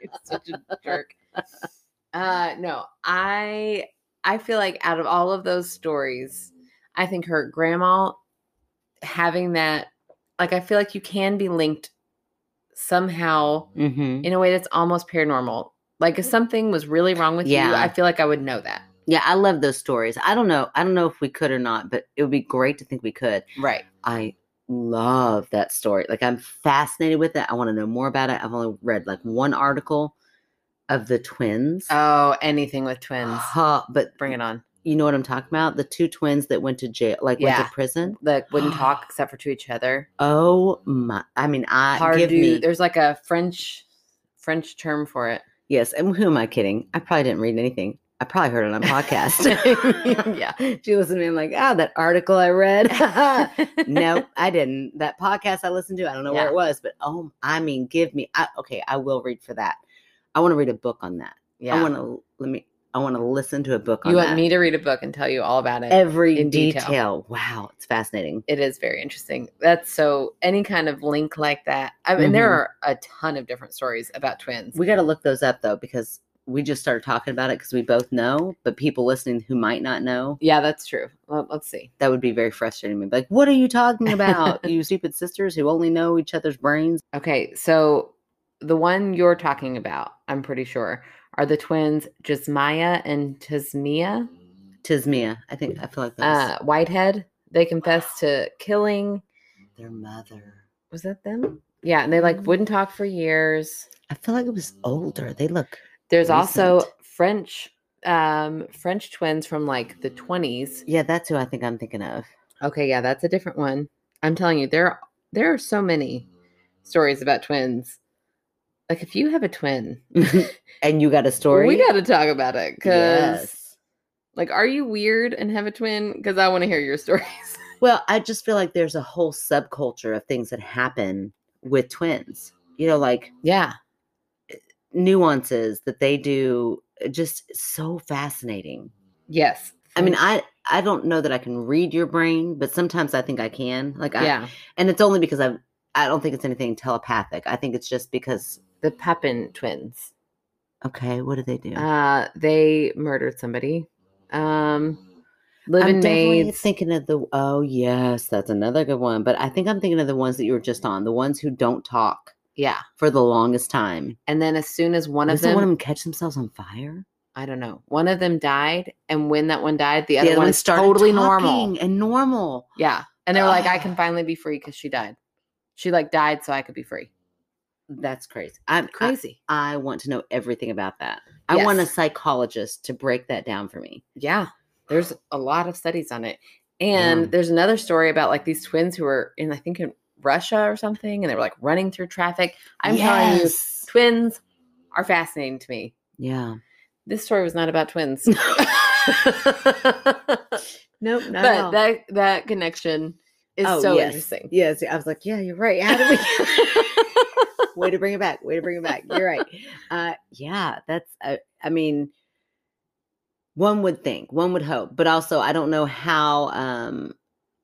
You're such a jerk. Uh no, I I feel like out of all of those stories, I think her grandma having that like I feel like you can be linked somehow
hmm
in a way that's almost paranormal. Like if something was really wrong with you,
Yeah.
I feel like I would know that.
Yeah, I love those stories. I don't know. I don't know if we could or not, but it would be great to think we could.
Right.
I love that story. Like I'm fascinated with it. I want to know more about it. I've only read like one article of the twins.
Oh, anything with twins.
Huh, but
Bring it on.
you know what I'm talking about? The two twins that went to jail, like
Yeah.
went to prison.
Like wouldn't talk except for to each other.
Oh my! I mean, I
Hard
give
do.
me
There's like a French French term for it.
yes. And who am I kidding? I probably didn't read anything. I probably heard it on a podcast.
yeah.
she listened to me. I'm like, ah, that article I read. no, I didn't. That podcast I listened to, I don't know where
Yeah.
it was, but oh, I mean, give me. I, okay, I will read for that. I want to read a book on that.
Yeah.
I want to let me. I want to listen to a book on
you want
that.
me to read a book and tell you all about it?
Every
in detail.
detail. Wow, it's fascinating.
it is very interesting. That's so any kind of link like that. I mean, there are a ton of different stories about twins.
Mm-hmm. We got to look those up though because we just started talking about it because we both know, but people listening who might not know,
yeah, that's true. Well, let's see.
that would be very frustrating. to me. Like, what are you talking about? you stupid sisters who only know each other's brains.
Okay, so the one you're talking about, I'm pretty sure, are the twins Jasmaya and Tasmia.
Tis Mia. I think I feel like that's
uh, Whitehead. They confessed to killing.
their mother.
Was that them? Yeah, and they
Mm-hmm.
like wouldn't talk for years.
I feel like it was older. They look
There's also
Recent.
French um French twins from like the 20s.
Yeah, that's who I think I'm thinking of.
Okay, yeah, that's a different one. I'm telling you, there there are so many stories about twins. Like if you have a twin,
and you got a story?
we got to talk about it cuz
Yes.
like are you weird and have a twin cuz I want to hear your stories.
Well, I just feel like there's a whole subculture of things that happen with twins. You know, like
yeah.
nuances that they do uh, just so fascinating.
Yes.
I mean,
French-
I I don't know that I can read your brain, but sometimes I think I can. Like I
yeah,
and it's only because I've I don't think it's anything telepathic. I think it's just because
the Pepin twins.
okay, what do they do?
Uh, they murdered somebody. Um, live
I'm
in
definitely
maids.
thinking of the oh yes, that's another good one. But I think I'm thinking of the ones that you were just on, the ones who don't talk
yeah,
for the longest time.
and then as soon as one of
Doesn't
them,
one of them catch themselves on fire?
I don't know, one of them died, and when that one died, the other, one is totally normal.
talking and normal.
Yeah, and they were like, "I
Ugh.
can finally be free because she died. She like died, so I could be free."
That's crazy. I'm crazy.
Crazy.
I, I want to know everything about that. I want a
Yes.
psychologist to break that down for me.
yeah, there's a lot of studies on it, and
Yeah.
there's another story about like these twins who were in, I think, in Russia or something, and they were like running through traffic. I'm telling you,
Yes.
twins are fascinating to me.
Yeah.
This story was not about twins.
Nope. Not at
but
all.
that that connection is
Oh,
so
yes.
interesting.
Yes, I was like, yeah, you're right. How do we? way to bring it back. Way to bring it back. You're right. Uh, yeah, that's. Uh, I mean, one would think, one would hope, but also I don't know how um,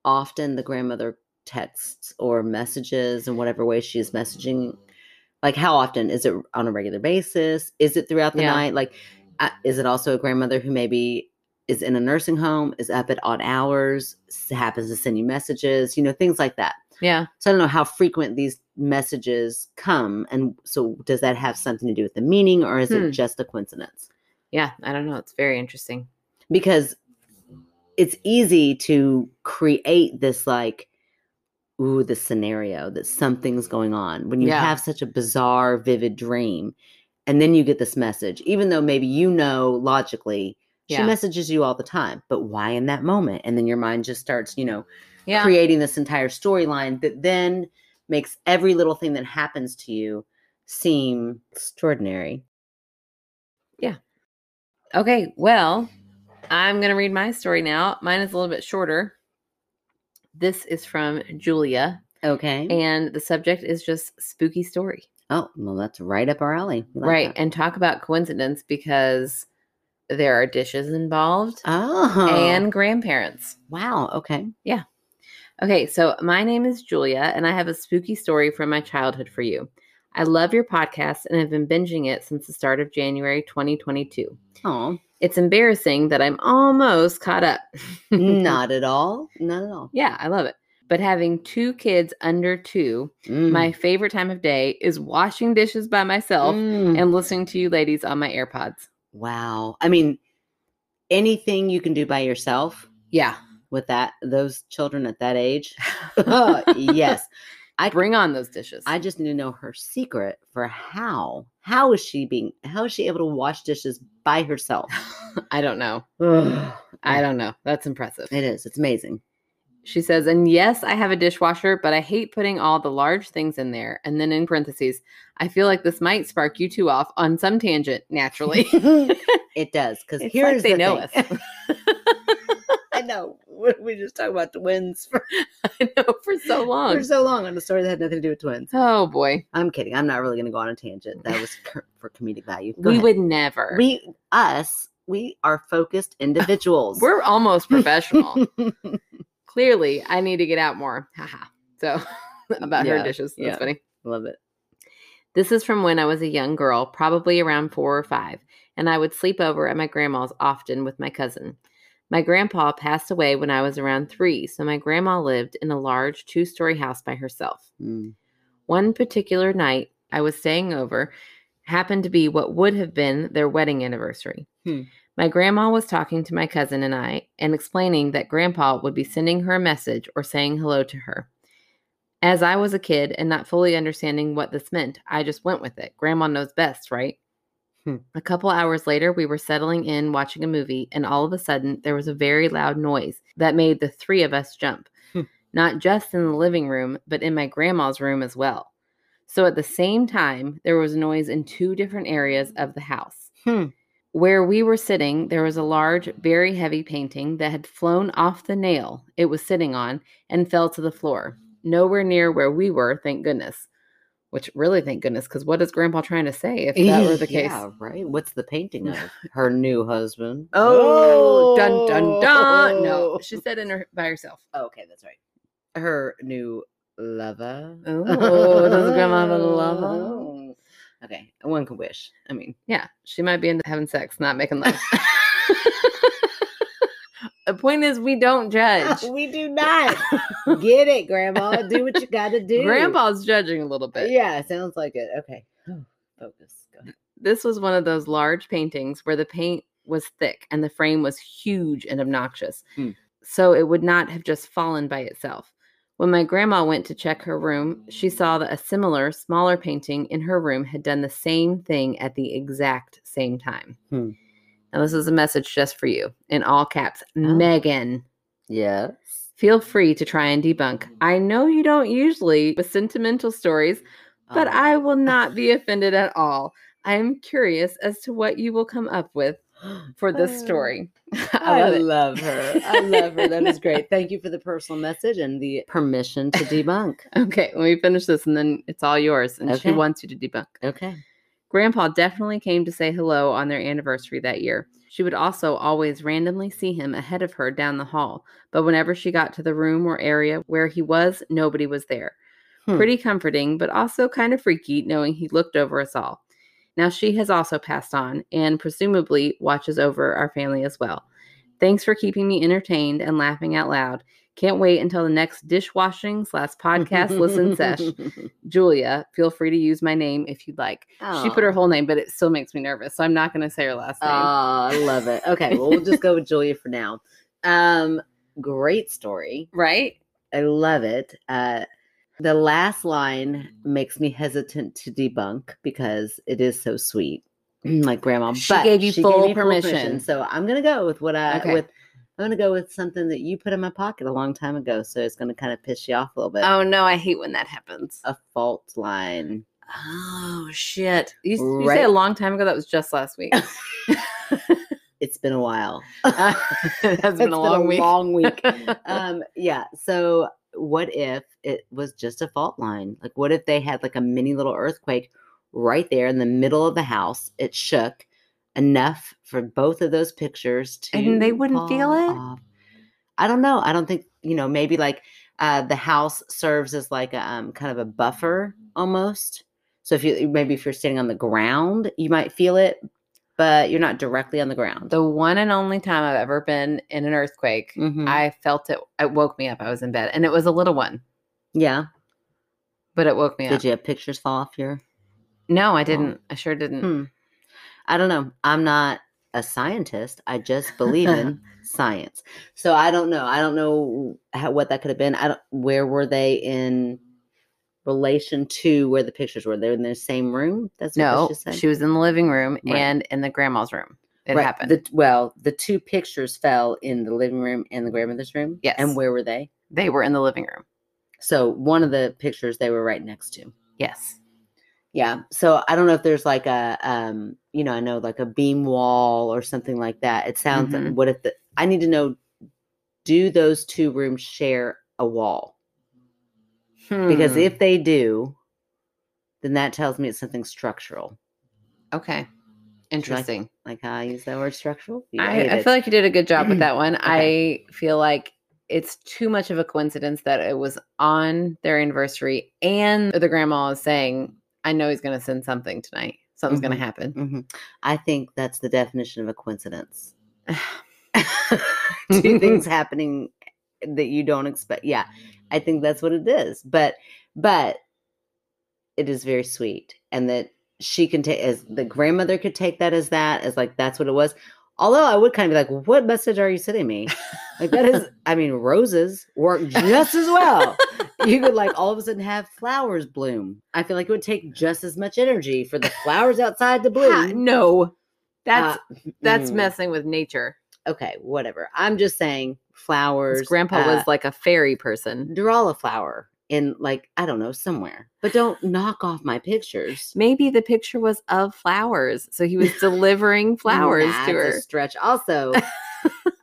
often the grandmother texts or messages in whatever way she is messaging. Like, how often is it on a regular basis? Is it throughout the
Yeah.
night? Like, I, is it also a grandmother who maybe is in a nursing home, is up at odd hours, s- happens to send you messages, you know, things like that.
Yeah.
So I don't know how frequent these messages come. And so does that have something to do with the meaning or is
Hmm.
it just a coincidence?
Yeah. I don't know. It's very interesting.
Because it's easy to create this like, ooh, the scenario that something's going on when you
Yeah.
have such a bizarre, vivid dream. And then you get this message, even though maybe you know logically she
Yeah.
messages you all the time, but why in that moment? And then your mind just starts, you know,
Yeah.
creating this entire storyline that then makes every little thing that happens to you seem extraordinary.
Okay, well, I'm going to read my story now. Mine is a little bit shorter. This is from Julia,
Okay.
and the subject is just spooky story.
oh, well, that's right up our alley. We like
right.
that.
And talk about coincidence because there are dishes involved
Oh.
and grandparents.
wow. Okay.
Okay, so my name is Julia, and I have a spooky story from my childhood for you. I love your podcast and have been binging it since the start of January 2022.
Oh,
It's embarrassing that I'm almost caught up.
not at all. Not at all.
Yeah, I love it. But having two kids under two,
Mm.
my favorite time of day is washing dishes by myself
Mm.
and listening to you ladies on my AirPods.
wow. I mean, anything you can do by yourself
Yeah.
with that, those children at that age. yes. I
Bring on those dishes.
I just need to know her secret for how. How is she being? How is she able to wash dishes by herself?
I don't know.
Ugh,
I don't know. That's impressive.
It is. It's amazing.
She says, and yes, I have a dishwasher, but I hate putting all the large things in there. And then in parentheses, I feel like this might spark you two off on some tangent naturally.
it does. Because
It's
here's
like they
the
know
thing.
us.
I know. We- We just talked about twins for,
I know for so long.
for so long on a story that had nothing to do with twins.
oh boy.
I'm kidding. I'm not really going to go on a tangent. That was cur- for comedic value. Go
we
ahead.
would never.
We us. We are focused individuals.
We're almost professional. Clearly, I need to get out more. Haha. So about her
Yeah,
dishes. That's
yeah.
funny.
love it.
This is from when I was a young girl, probably around four or five, and I would sleep over at my grandma's often with my cousin. My grandpa passed away when I was around three, so my grandma lived in a large two story house by herself.
Mm.
One particular night I was staying over happened to be what would have been their wedding anniversary.
Hmm.
My grandma was talking to my cousin and I and explaining that grandpa would be sending her a message or saying hello to her. As I was a kid and not fully understanding what this meant, I just went with it. Grandma knows best, right?
Hmm.
A couple hours later, we were settling in watching a movie, and all of a sudden, there was a very loud noise that made the three of us jump,
Hmm.
not just in the living room, but in my grandma's room as well. So at the same time, there was noise in two different areas of the house.
Hmm.
Where we were sitting, there was a large, very heavy painting that had flown off the nail it was sitting on and fell to the floor, nowhere near where we were, thank goodness. Which really, thank goodness, because what is Grandpa trying to say if that were the case?
Yeah, right. What's the painting of her new husband?
Oh, dun dun dun! No, she said in her by herself.
Oh, okay, that's right. Her new lover. Oh.
Oh, does grandma have a lover?
Okay, one could wish. I mean,
Yeah, she might be into having sex, not making love. the point is, we don't judge.
we do not get it, Grandma. Do what you got to do,
Grandpa's judging a little bit.
Yeah, sounds like it. Okay, Oh, focus. Go ahead.
This was one of those large paintings where the paint was thick and the frame was huge and obnoxious.
Hmm.
So it would not have just fallen by itself. When my grandma went to check her room, she saw that a similar, smaller painting in her room had done the same thing at the exact same time.
Hmm.
Now, this is a message just for you in all caps
Oh.
Megan.
Yes.
Feel free to try and
Hmm.
debunk. I know you don't usually with sentimental stories, but
Oh,
I will not be offended at all. I am curious as to what you will come up with for this
Oh.
story.
I,
love it.
love her. I love her. That is great. Thank you for the personal message and the permission to debunk.
Okay, let me finish this and then it's all yours. And she
Okay.
wants you to debunk.
Okay.
Grandpa definitely came to say hello on their anniversary that year. She would also always randomly see him ahead of her down the hall, but whenever she got to the room or area where he was, nobody was there.
Hmm.
Pretty comforting, but also kind of freaky knowing he looked over us all. Now she has also passed on and presumably watches over our family as well. Thanks for keeping me entertained and laughing out loud. Can't wait until the next dishwashing slash podcast listen sesh. Julia, feel free to use my name if you'd like. She put her whole name, but it still makes me nervous. So I'm not going to say her last
Oh,
name.
I love it. Okay. Well, we'll just go with Julia for now. Um, great story.
right?
I love it. Uh, the last line
Mm.
makes me hesitant to debunk because it is so sweet, like grandma.
She gave you full permission.
so I'm gonna go with what I
Okay.
with. I'm gonna go with something that you put in my pocket a long time ago, so it's gonna kind of piss you off a little bit.
Oh no, I hate when that happens.
A fault line.
Oh shit! You, you say
Right.
a long time ago. That was just last week.
It's been a while.
it has
It's
been a long week.
Long week. um, yeah. So what if it was just a fault line? Like, what if they had like a mini little earthquake right there in the middle of the house? It shook enough for both of those pictures to
And they wouldn't feel
fall
it?
off. I don't know. I don't think you know. Maybe like uh, the house serves as like a um, kind of a buffer almost. So if you maybe if you're standing on the ground, you might feel it, but you're not directly on the ground.
the one and only time I've ever been in an earthquake,
Mhm.
I felt it. It woke me up. I was in bed, and it was a little one,
yeah.
but it woke me up.
Did you have pictures fall off your?
No, I didn't. I sure didn't.
Hmm. I don't know. I'm not a scientist. I just believe in science. So I don't know. I don't know how, what that could have been. I don't. Where were they in relation to where the pictures were? They're in the same room. That's what
No,
just said?
she was in the living room
Right.
and in the grandma's room. It
Right,
happened.
The, well, the two pictures fell in the living room and the grandmother's room.
Yes.
And where were they?
they were in the living room.
So one of the pictures they were right next to.
Yes.
Yeah. So I don't know if there's like a, um, you know, I know like a beam wall or something like that. It sounds.
Mhm.
What if the? I need to know. Do those two rooms share a wall? Because
Hmm.
if they do, then that tells me it's something structural.
Okay. Interesting.
Like how I use that word structural. You hate
I, I
it.
feel like you did a good job with that one. I feel like it's too much of a coincidence that it was on their anniversary and the grandma is saying, I know he's going to send something tonight. Something's going
Mhm.
to happen.
Mhm. I think that's the definition of a coincidence. two things happening that you don't expect. Yeah, I think that's what it is. But but it is very sweet, and that she can take as the grandmother could take that as that as like that's what it was. Although I would kind of be like, what message are you sending me? Like that is, I mean, roses work just as well. You could like all of a sudden have flowers bloom. I feel like it would take just as much energy for the flowers outside to bloom.
Ha- no. That's
Uh,
that's
mm,
messing with nature. 'Cause
okay, whatever. I'm just saying flowers.
grandpa
uh,
was like a fairy person.
draw a flower in like I don't know somewhere, but don't knock off my pictures.
Maybe the picture was of flowers. So he was delivering flowers
That's
to
a
her.
stretch. Also,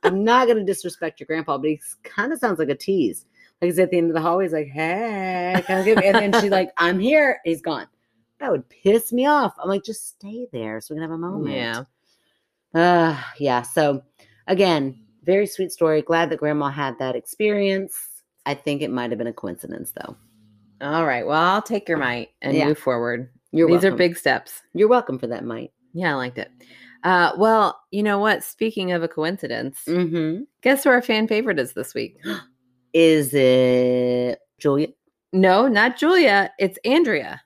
I'm not gonna disrespect your grandpa, but he kind of sounds like a tease. Like he's at the end of the hallway, he's like, "Hey," come give me-" and then she's like, "I'm here." He's gone. That would piss me off. I'm like, just stay there so we can have a moment.
Yeah.
Uh, yeah. So, again, very sweet story. Glad that grandma had that experience. I think it might have been a coincidence, though.
All right. Well, I'll take your mite and
Yeah.
move forward.
You're
These
welcome.
are big steps.
You're welcome for that, Mike.
Yeah, I liked it. Uh, well, you know what? Speaking of a coincidence,
Mm-hmm.
guess who our fan favorite is this week?
Is it Julia?
No, not Julia. It's Andrea.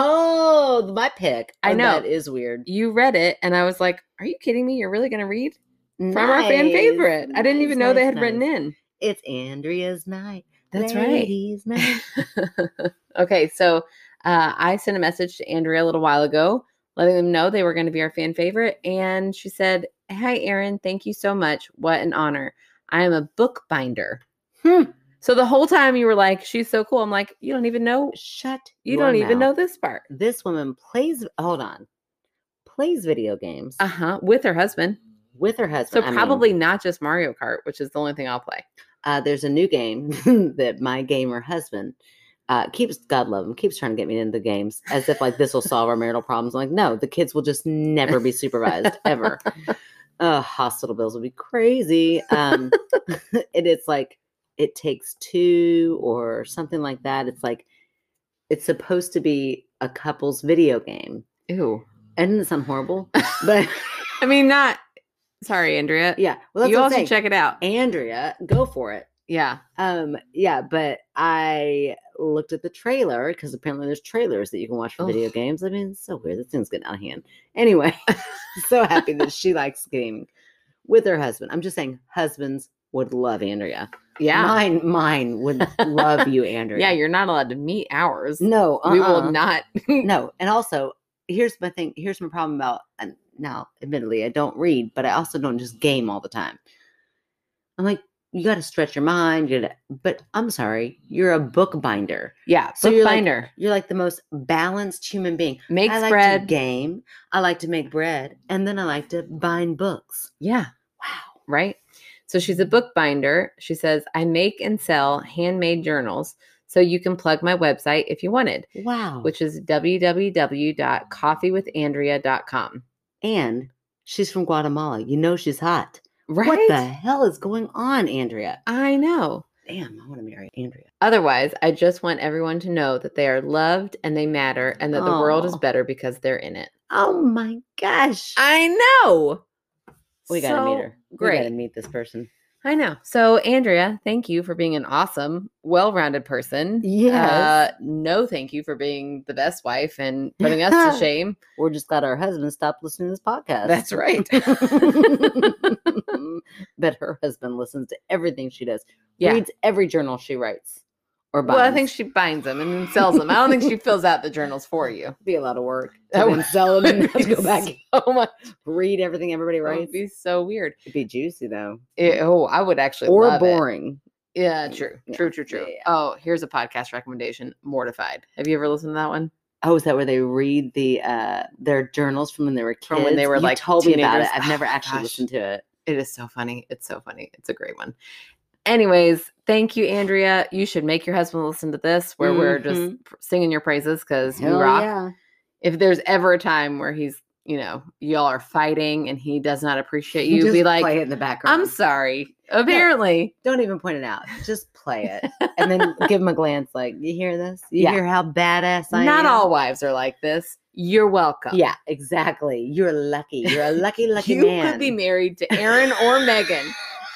Oh, my pick.
I
Oh,
know.
that is weird.
You read it, and I was like, "Are you kidding me? You're really going to read from our fan favorite?" I didn't even know they had written in.
It's Andrea's night.
That's
Ladies' night.
right. okay, so uh, I sent a message to Andrea a little while ago, letting them know they were going to be our fan favorite, and she said, "Hi, Erin. Thank you so much. What an honor. I am a bookbinder."
Hmm.
So the whole time you were like, she's so cool. I'm like, you don't even know.
Shut.
You
your
don't even know
mouth.
this part.
This woman plays. Hold on, plays video games
Uh huh. With her husband.
with her
So
husband. I mean,
probably not just Mario Kart, which is the only thing I'll play.
uh, there's a new game that my gamer husband uh, keeps. God love him. Keeps trying to get me into the games as if like this will solve our marital problems. I'm like, no, the kids will just never be supervised ever. Uh, hospital bills will be crazy. Um, and it's like it takes two or something like that. It's like it's supposed to be a couple's video game.
Ew.
Isn't it something horrible? But
I mean, not. Sorry, Andrea.
yeah, well, that's
you all
what I'm
should
saying.
check it out.
Andrea, go for it.
Yeah.
Um, yeah, but I looked at the trailer because apparently there's trailers that you can watch for video
Ugh.
games. I mean, it's so weird. This thing's getting out of hand. Anyway, so happy that she likes gaming with her husband. I'm just saying, husbands would love Andrea.
Yeah.
mine, mine would love you, Andrea.
yeah. You're not allowed to meet ours.
no,
We will
uh-uh.
not.
No, and also here's my thing. Here's my problem about and now. Admittedly, I don't read, but I also don't just game all the time. I'm like, you got to stretch your mind. You gotta, but I'm sorry, you're a book binder.
Yeah.
So you're like-
bookbinder.
You're like the most balanced human being.
Make
I like
spread.
to game. I like to make bread, and then I like to bind books.
yeah.
Wow.
right? So she's a bookbinder. She says, I make and sell handmade journals. So you can plug my website if you wanted,
Wow.
which is www.coffeewithandrea.com.
and she's from Guatemala. You know she's hot.
Right?
What the hell is going on, Andrea?
I know.
Damn, I want to marry Andrea.
Otherwise, I just want everyone to know that they are loved and they matter and that the world is
Aw.
better because they're in it.
Oh my gosh.
I know.
We gotta
So
meet her. We
Great.
gotta meet this person.
I know. So, Andrea, thank you for being an awesome, well rounded person. Uh,
Yes.
no, thank you for being the best wife and putting us to shame.
We're just glad our husband stopped listening to this podcast.
That's right.
but her husband listens to everything she does.
Yeah.
Reads every journal she writes. Or buys.
Well, I think she binds them and then sells them. I don't think she fills out the journals for you.
It'd be a lot of work.
That
To then
would-
sell them and have to go back and
Oh my,
read everything everybody
that
writes.
would be so weird.
It'd be juicy though.
It- oh, I would actually
or
love it.
boring.
Yeah, true,
Yeah,
true, true, true.
yeah, yeah.
Oh, here's a podcast recommendation: Mortified. Have you ever listened to that one?
Oh, is that where they read the uh their journals from when they were kids?
From when they were,
You
like,
told me about it.
teenagers.
I've
Oh,
never
my
actually
gosh.
listened to it.
It is so funny. It's so funny. It's a great one. Anyways, thank you, Andrea. You should make your husband listen to this, where we're just pr- singing your praises because you
Mm-hmm. Hell
rock.
yeah.
If there's ever a time where he's, you know, y'all are fighting and he does not appreciate you,
Just
be like,
play it in the background.
I'm sorry. Apparently,
don't even point it out. Just play it. And then give him a glance like, you hear this? You
Yeah.
hear how badass I am?
not all wives are like this. You're welcome.
Yeah, exactly. You're lucky. You're a lucky, lucky
you
man.
could be married to Aaron or Megan,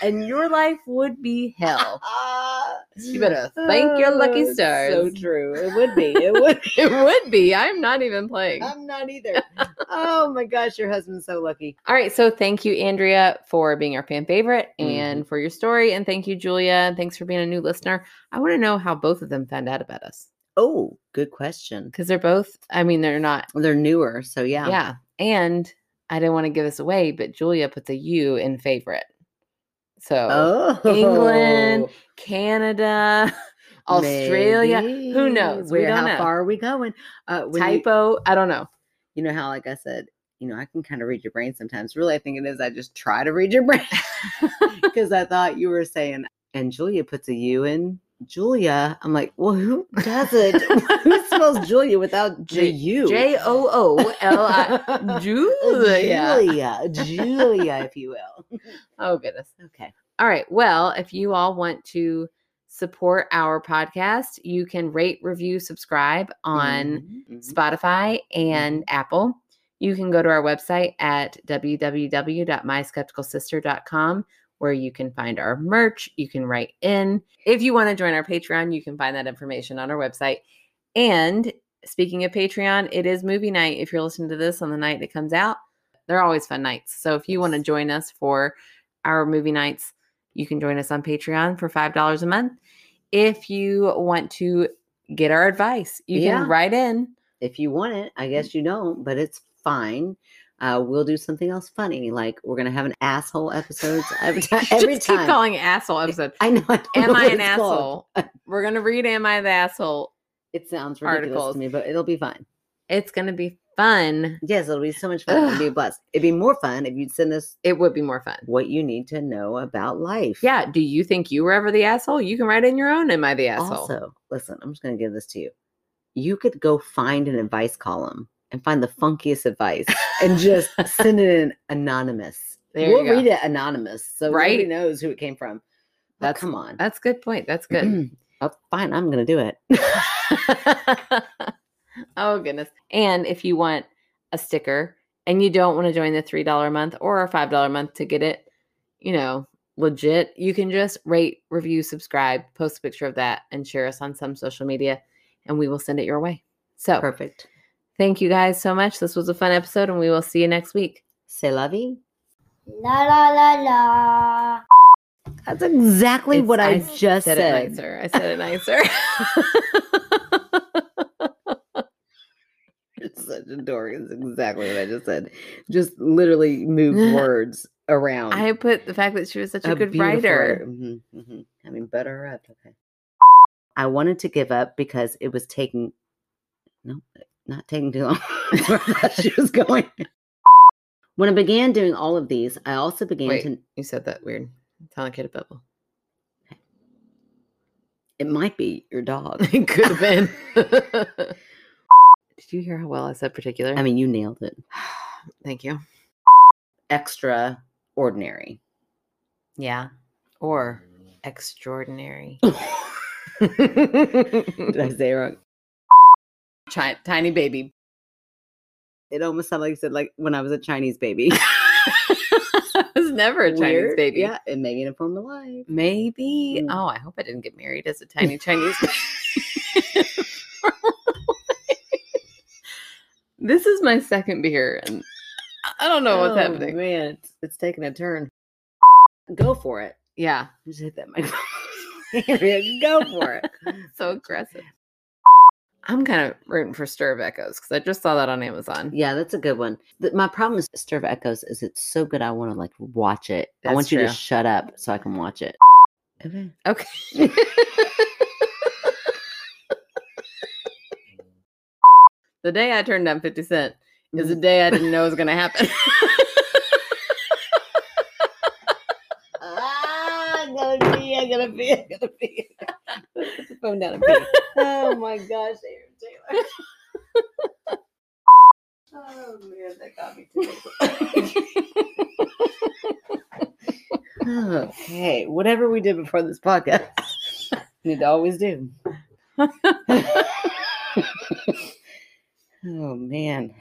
and your life would be hell.
Ah.
You better thank your lucky
Oh, it's So
stars.
true. It would be. It would be.
It would be. I'm not even playing.
I'm not either. Oh my gosh, your husband's so lucky.
All right. So thank you, Andrea, for being our fan favorite
Mm-hmm.
and for your story. And thank you, Julia. And thanks for being a new listener. I want to know how both of them found out about us
Oh, good question.
because they're both, I mean, they're not
They're newer, so yeah.
Yeah. And I didn't want to give this away, but Julia puts a U in favorite. So
Oh,
England, Canada, Australia, who knows? We
Where,
don't
how
know.
far are we going? Uh, when you-
typo. I don't know.
you know how like i said you know i can kind of read your brain sometimes really i think it is i just try to read your brain because i thought you were saying and julia puts a u in julia i'm like well who does it who spells julia without
J-
the u Uh,
J O O L I. Julia.
julia julia if you will
Oh, goodness.
okay
All right. Well, if you all want to support our podcast, you can rate, review, subscribe on.
Mhm, mhm.
Spotify, and Apple. You can go to our website at www.myskepticalsister.com where you can find our merch. You can write in. If you want to join our Patreon, you can find that information on our website. And speaking of Patreon, it is movie night if you're listening to this on the night it comes out. They're always fun nights. So if you want to
Yes.
join us for our movie nights, you can join us on Patreon for $5 a month. If you want to get our advice, you
Yeah.
can write in. Mm-hmm.
if you want it i guess you don't but it's fine Uh, we'll do something else funny. Like we're gonna have an asshole episode every time. Every
Just
time.
keep calling it asshole episode.
I know. I don't know
Am I
what
an
it's called.
asshole? We're gonna read Am I the Asshole?
It sounds ridiculous
Articles.
to me, but it'll be fine.
It's gonna be fun.
Yes, it'll be so much fun. It'll be a blast. It'd be more fun if you'd send us
It would be more fun.
what you need to know about life.
Yeah. Do you think you were ever the asshole? You can write in your own Am I the Asshole?
Also, listen, I'm just going to give this to you. You could go find an advice column and find the funkiest advice and just send it in anonymous.
There you
we'll
go.
read it anonymous, so nobody
Right?
knows who it came from. But
That's-
come on.
That's a good point. That's good.
oh, fine, I'm going to do it.
oh goodness. And if you want a sticker and you don't want to join the three dollar a month or a five dollar a month to get it, you know, legit, you can just rate, review, subscribe, post a picture of that, and share us on some social media, and we will send it your way. So
Perfect.
thank you guys so much. This was a fun episode, and we will see you next week.
C'est la vie.
La la la la.
That's exactly
It's-
what I, just said.
It nicer. I said it nicer.
You're such a dork. It's exactly what I just said. Just literally moved words around.
I put the fact that she was such a, good
beautiful
writer.
Mhm, mhm. I mean, butter her up. Okay. I wanted to give up because it was taking, no, not taking too long. That's where I thought she was going. When I began doing all of these, I also began
Wait.
to.
You said that weird. Talented bubble.
It might be your dog.
It could have been. Did you hear how well I said particular?
I mean, you nailed it.
thank you.
Extra ordinary.
Yeah. Or extraordinary.
Did I say it wrong?
Chi- tiny baby.
It almost sounded like you said, like when I was a Chinese baby.
I was never a Chinese
Weird.
baby.
Yeah, and maybe in a form of life.
Maybe.
Mm.
Oh, I hope I didn't get married as a tiny Chinese baby. this is my second beer, and I- I don't know what's happening.
Oh, Man, it's, it's taking a turn. Go for it.
Yeah.
Just hit that microphone. Andrea, Go for it.
so aggressive. I'm kind of rooting for Stir of Echoes because I just saw that on Amazon.
Yeah, that's a good one. The, my problem with Stir of Echoes is it's so good. I want to like watch it. I
That's
want you to
true.
shut up so I can watch it. Mm. Okay.
Okay. the day I turned down 50 Cent is the day I didn't know was going to happen.
Ah, I'm gonna be. I'm gonna be. I'm gonna be. Put the phone down and pee. Oh my gosh, Aaron Taylor. oh man, that got me too. okay, whatever we did before this podcast, need to always do. oh man.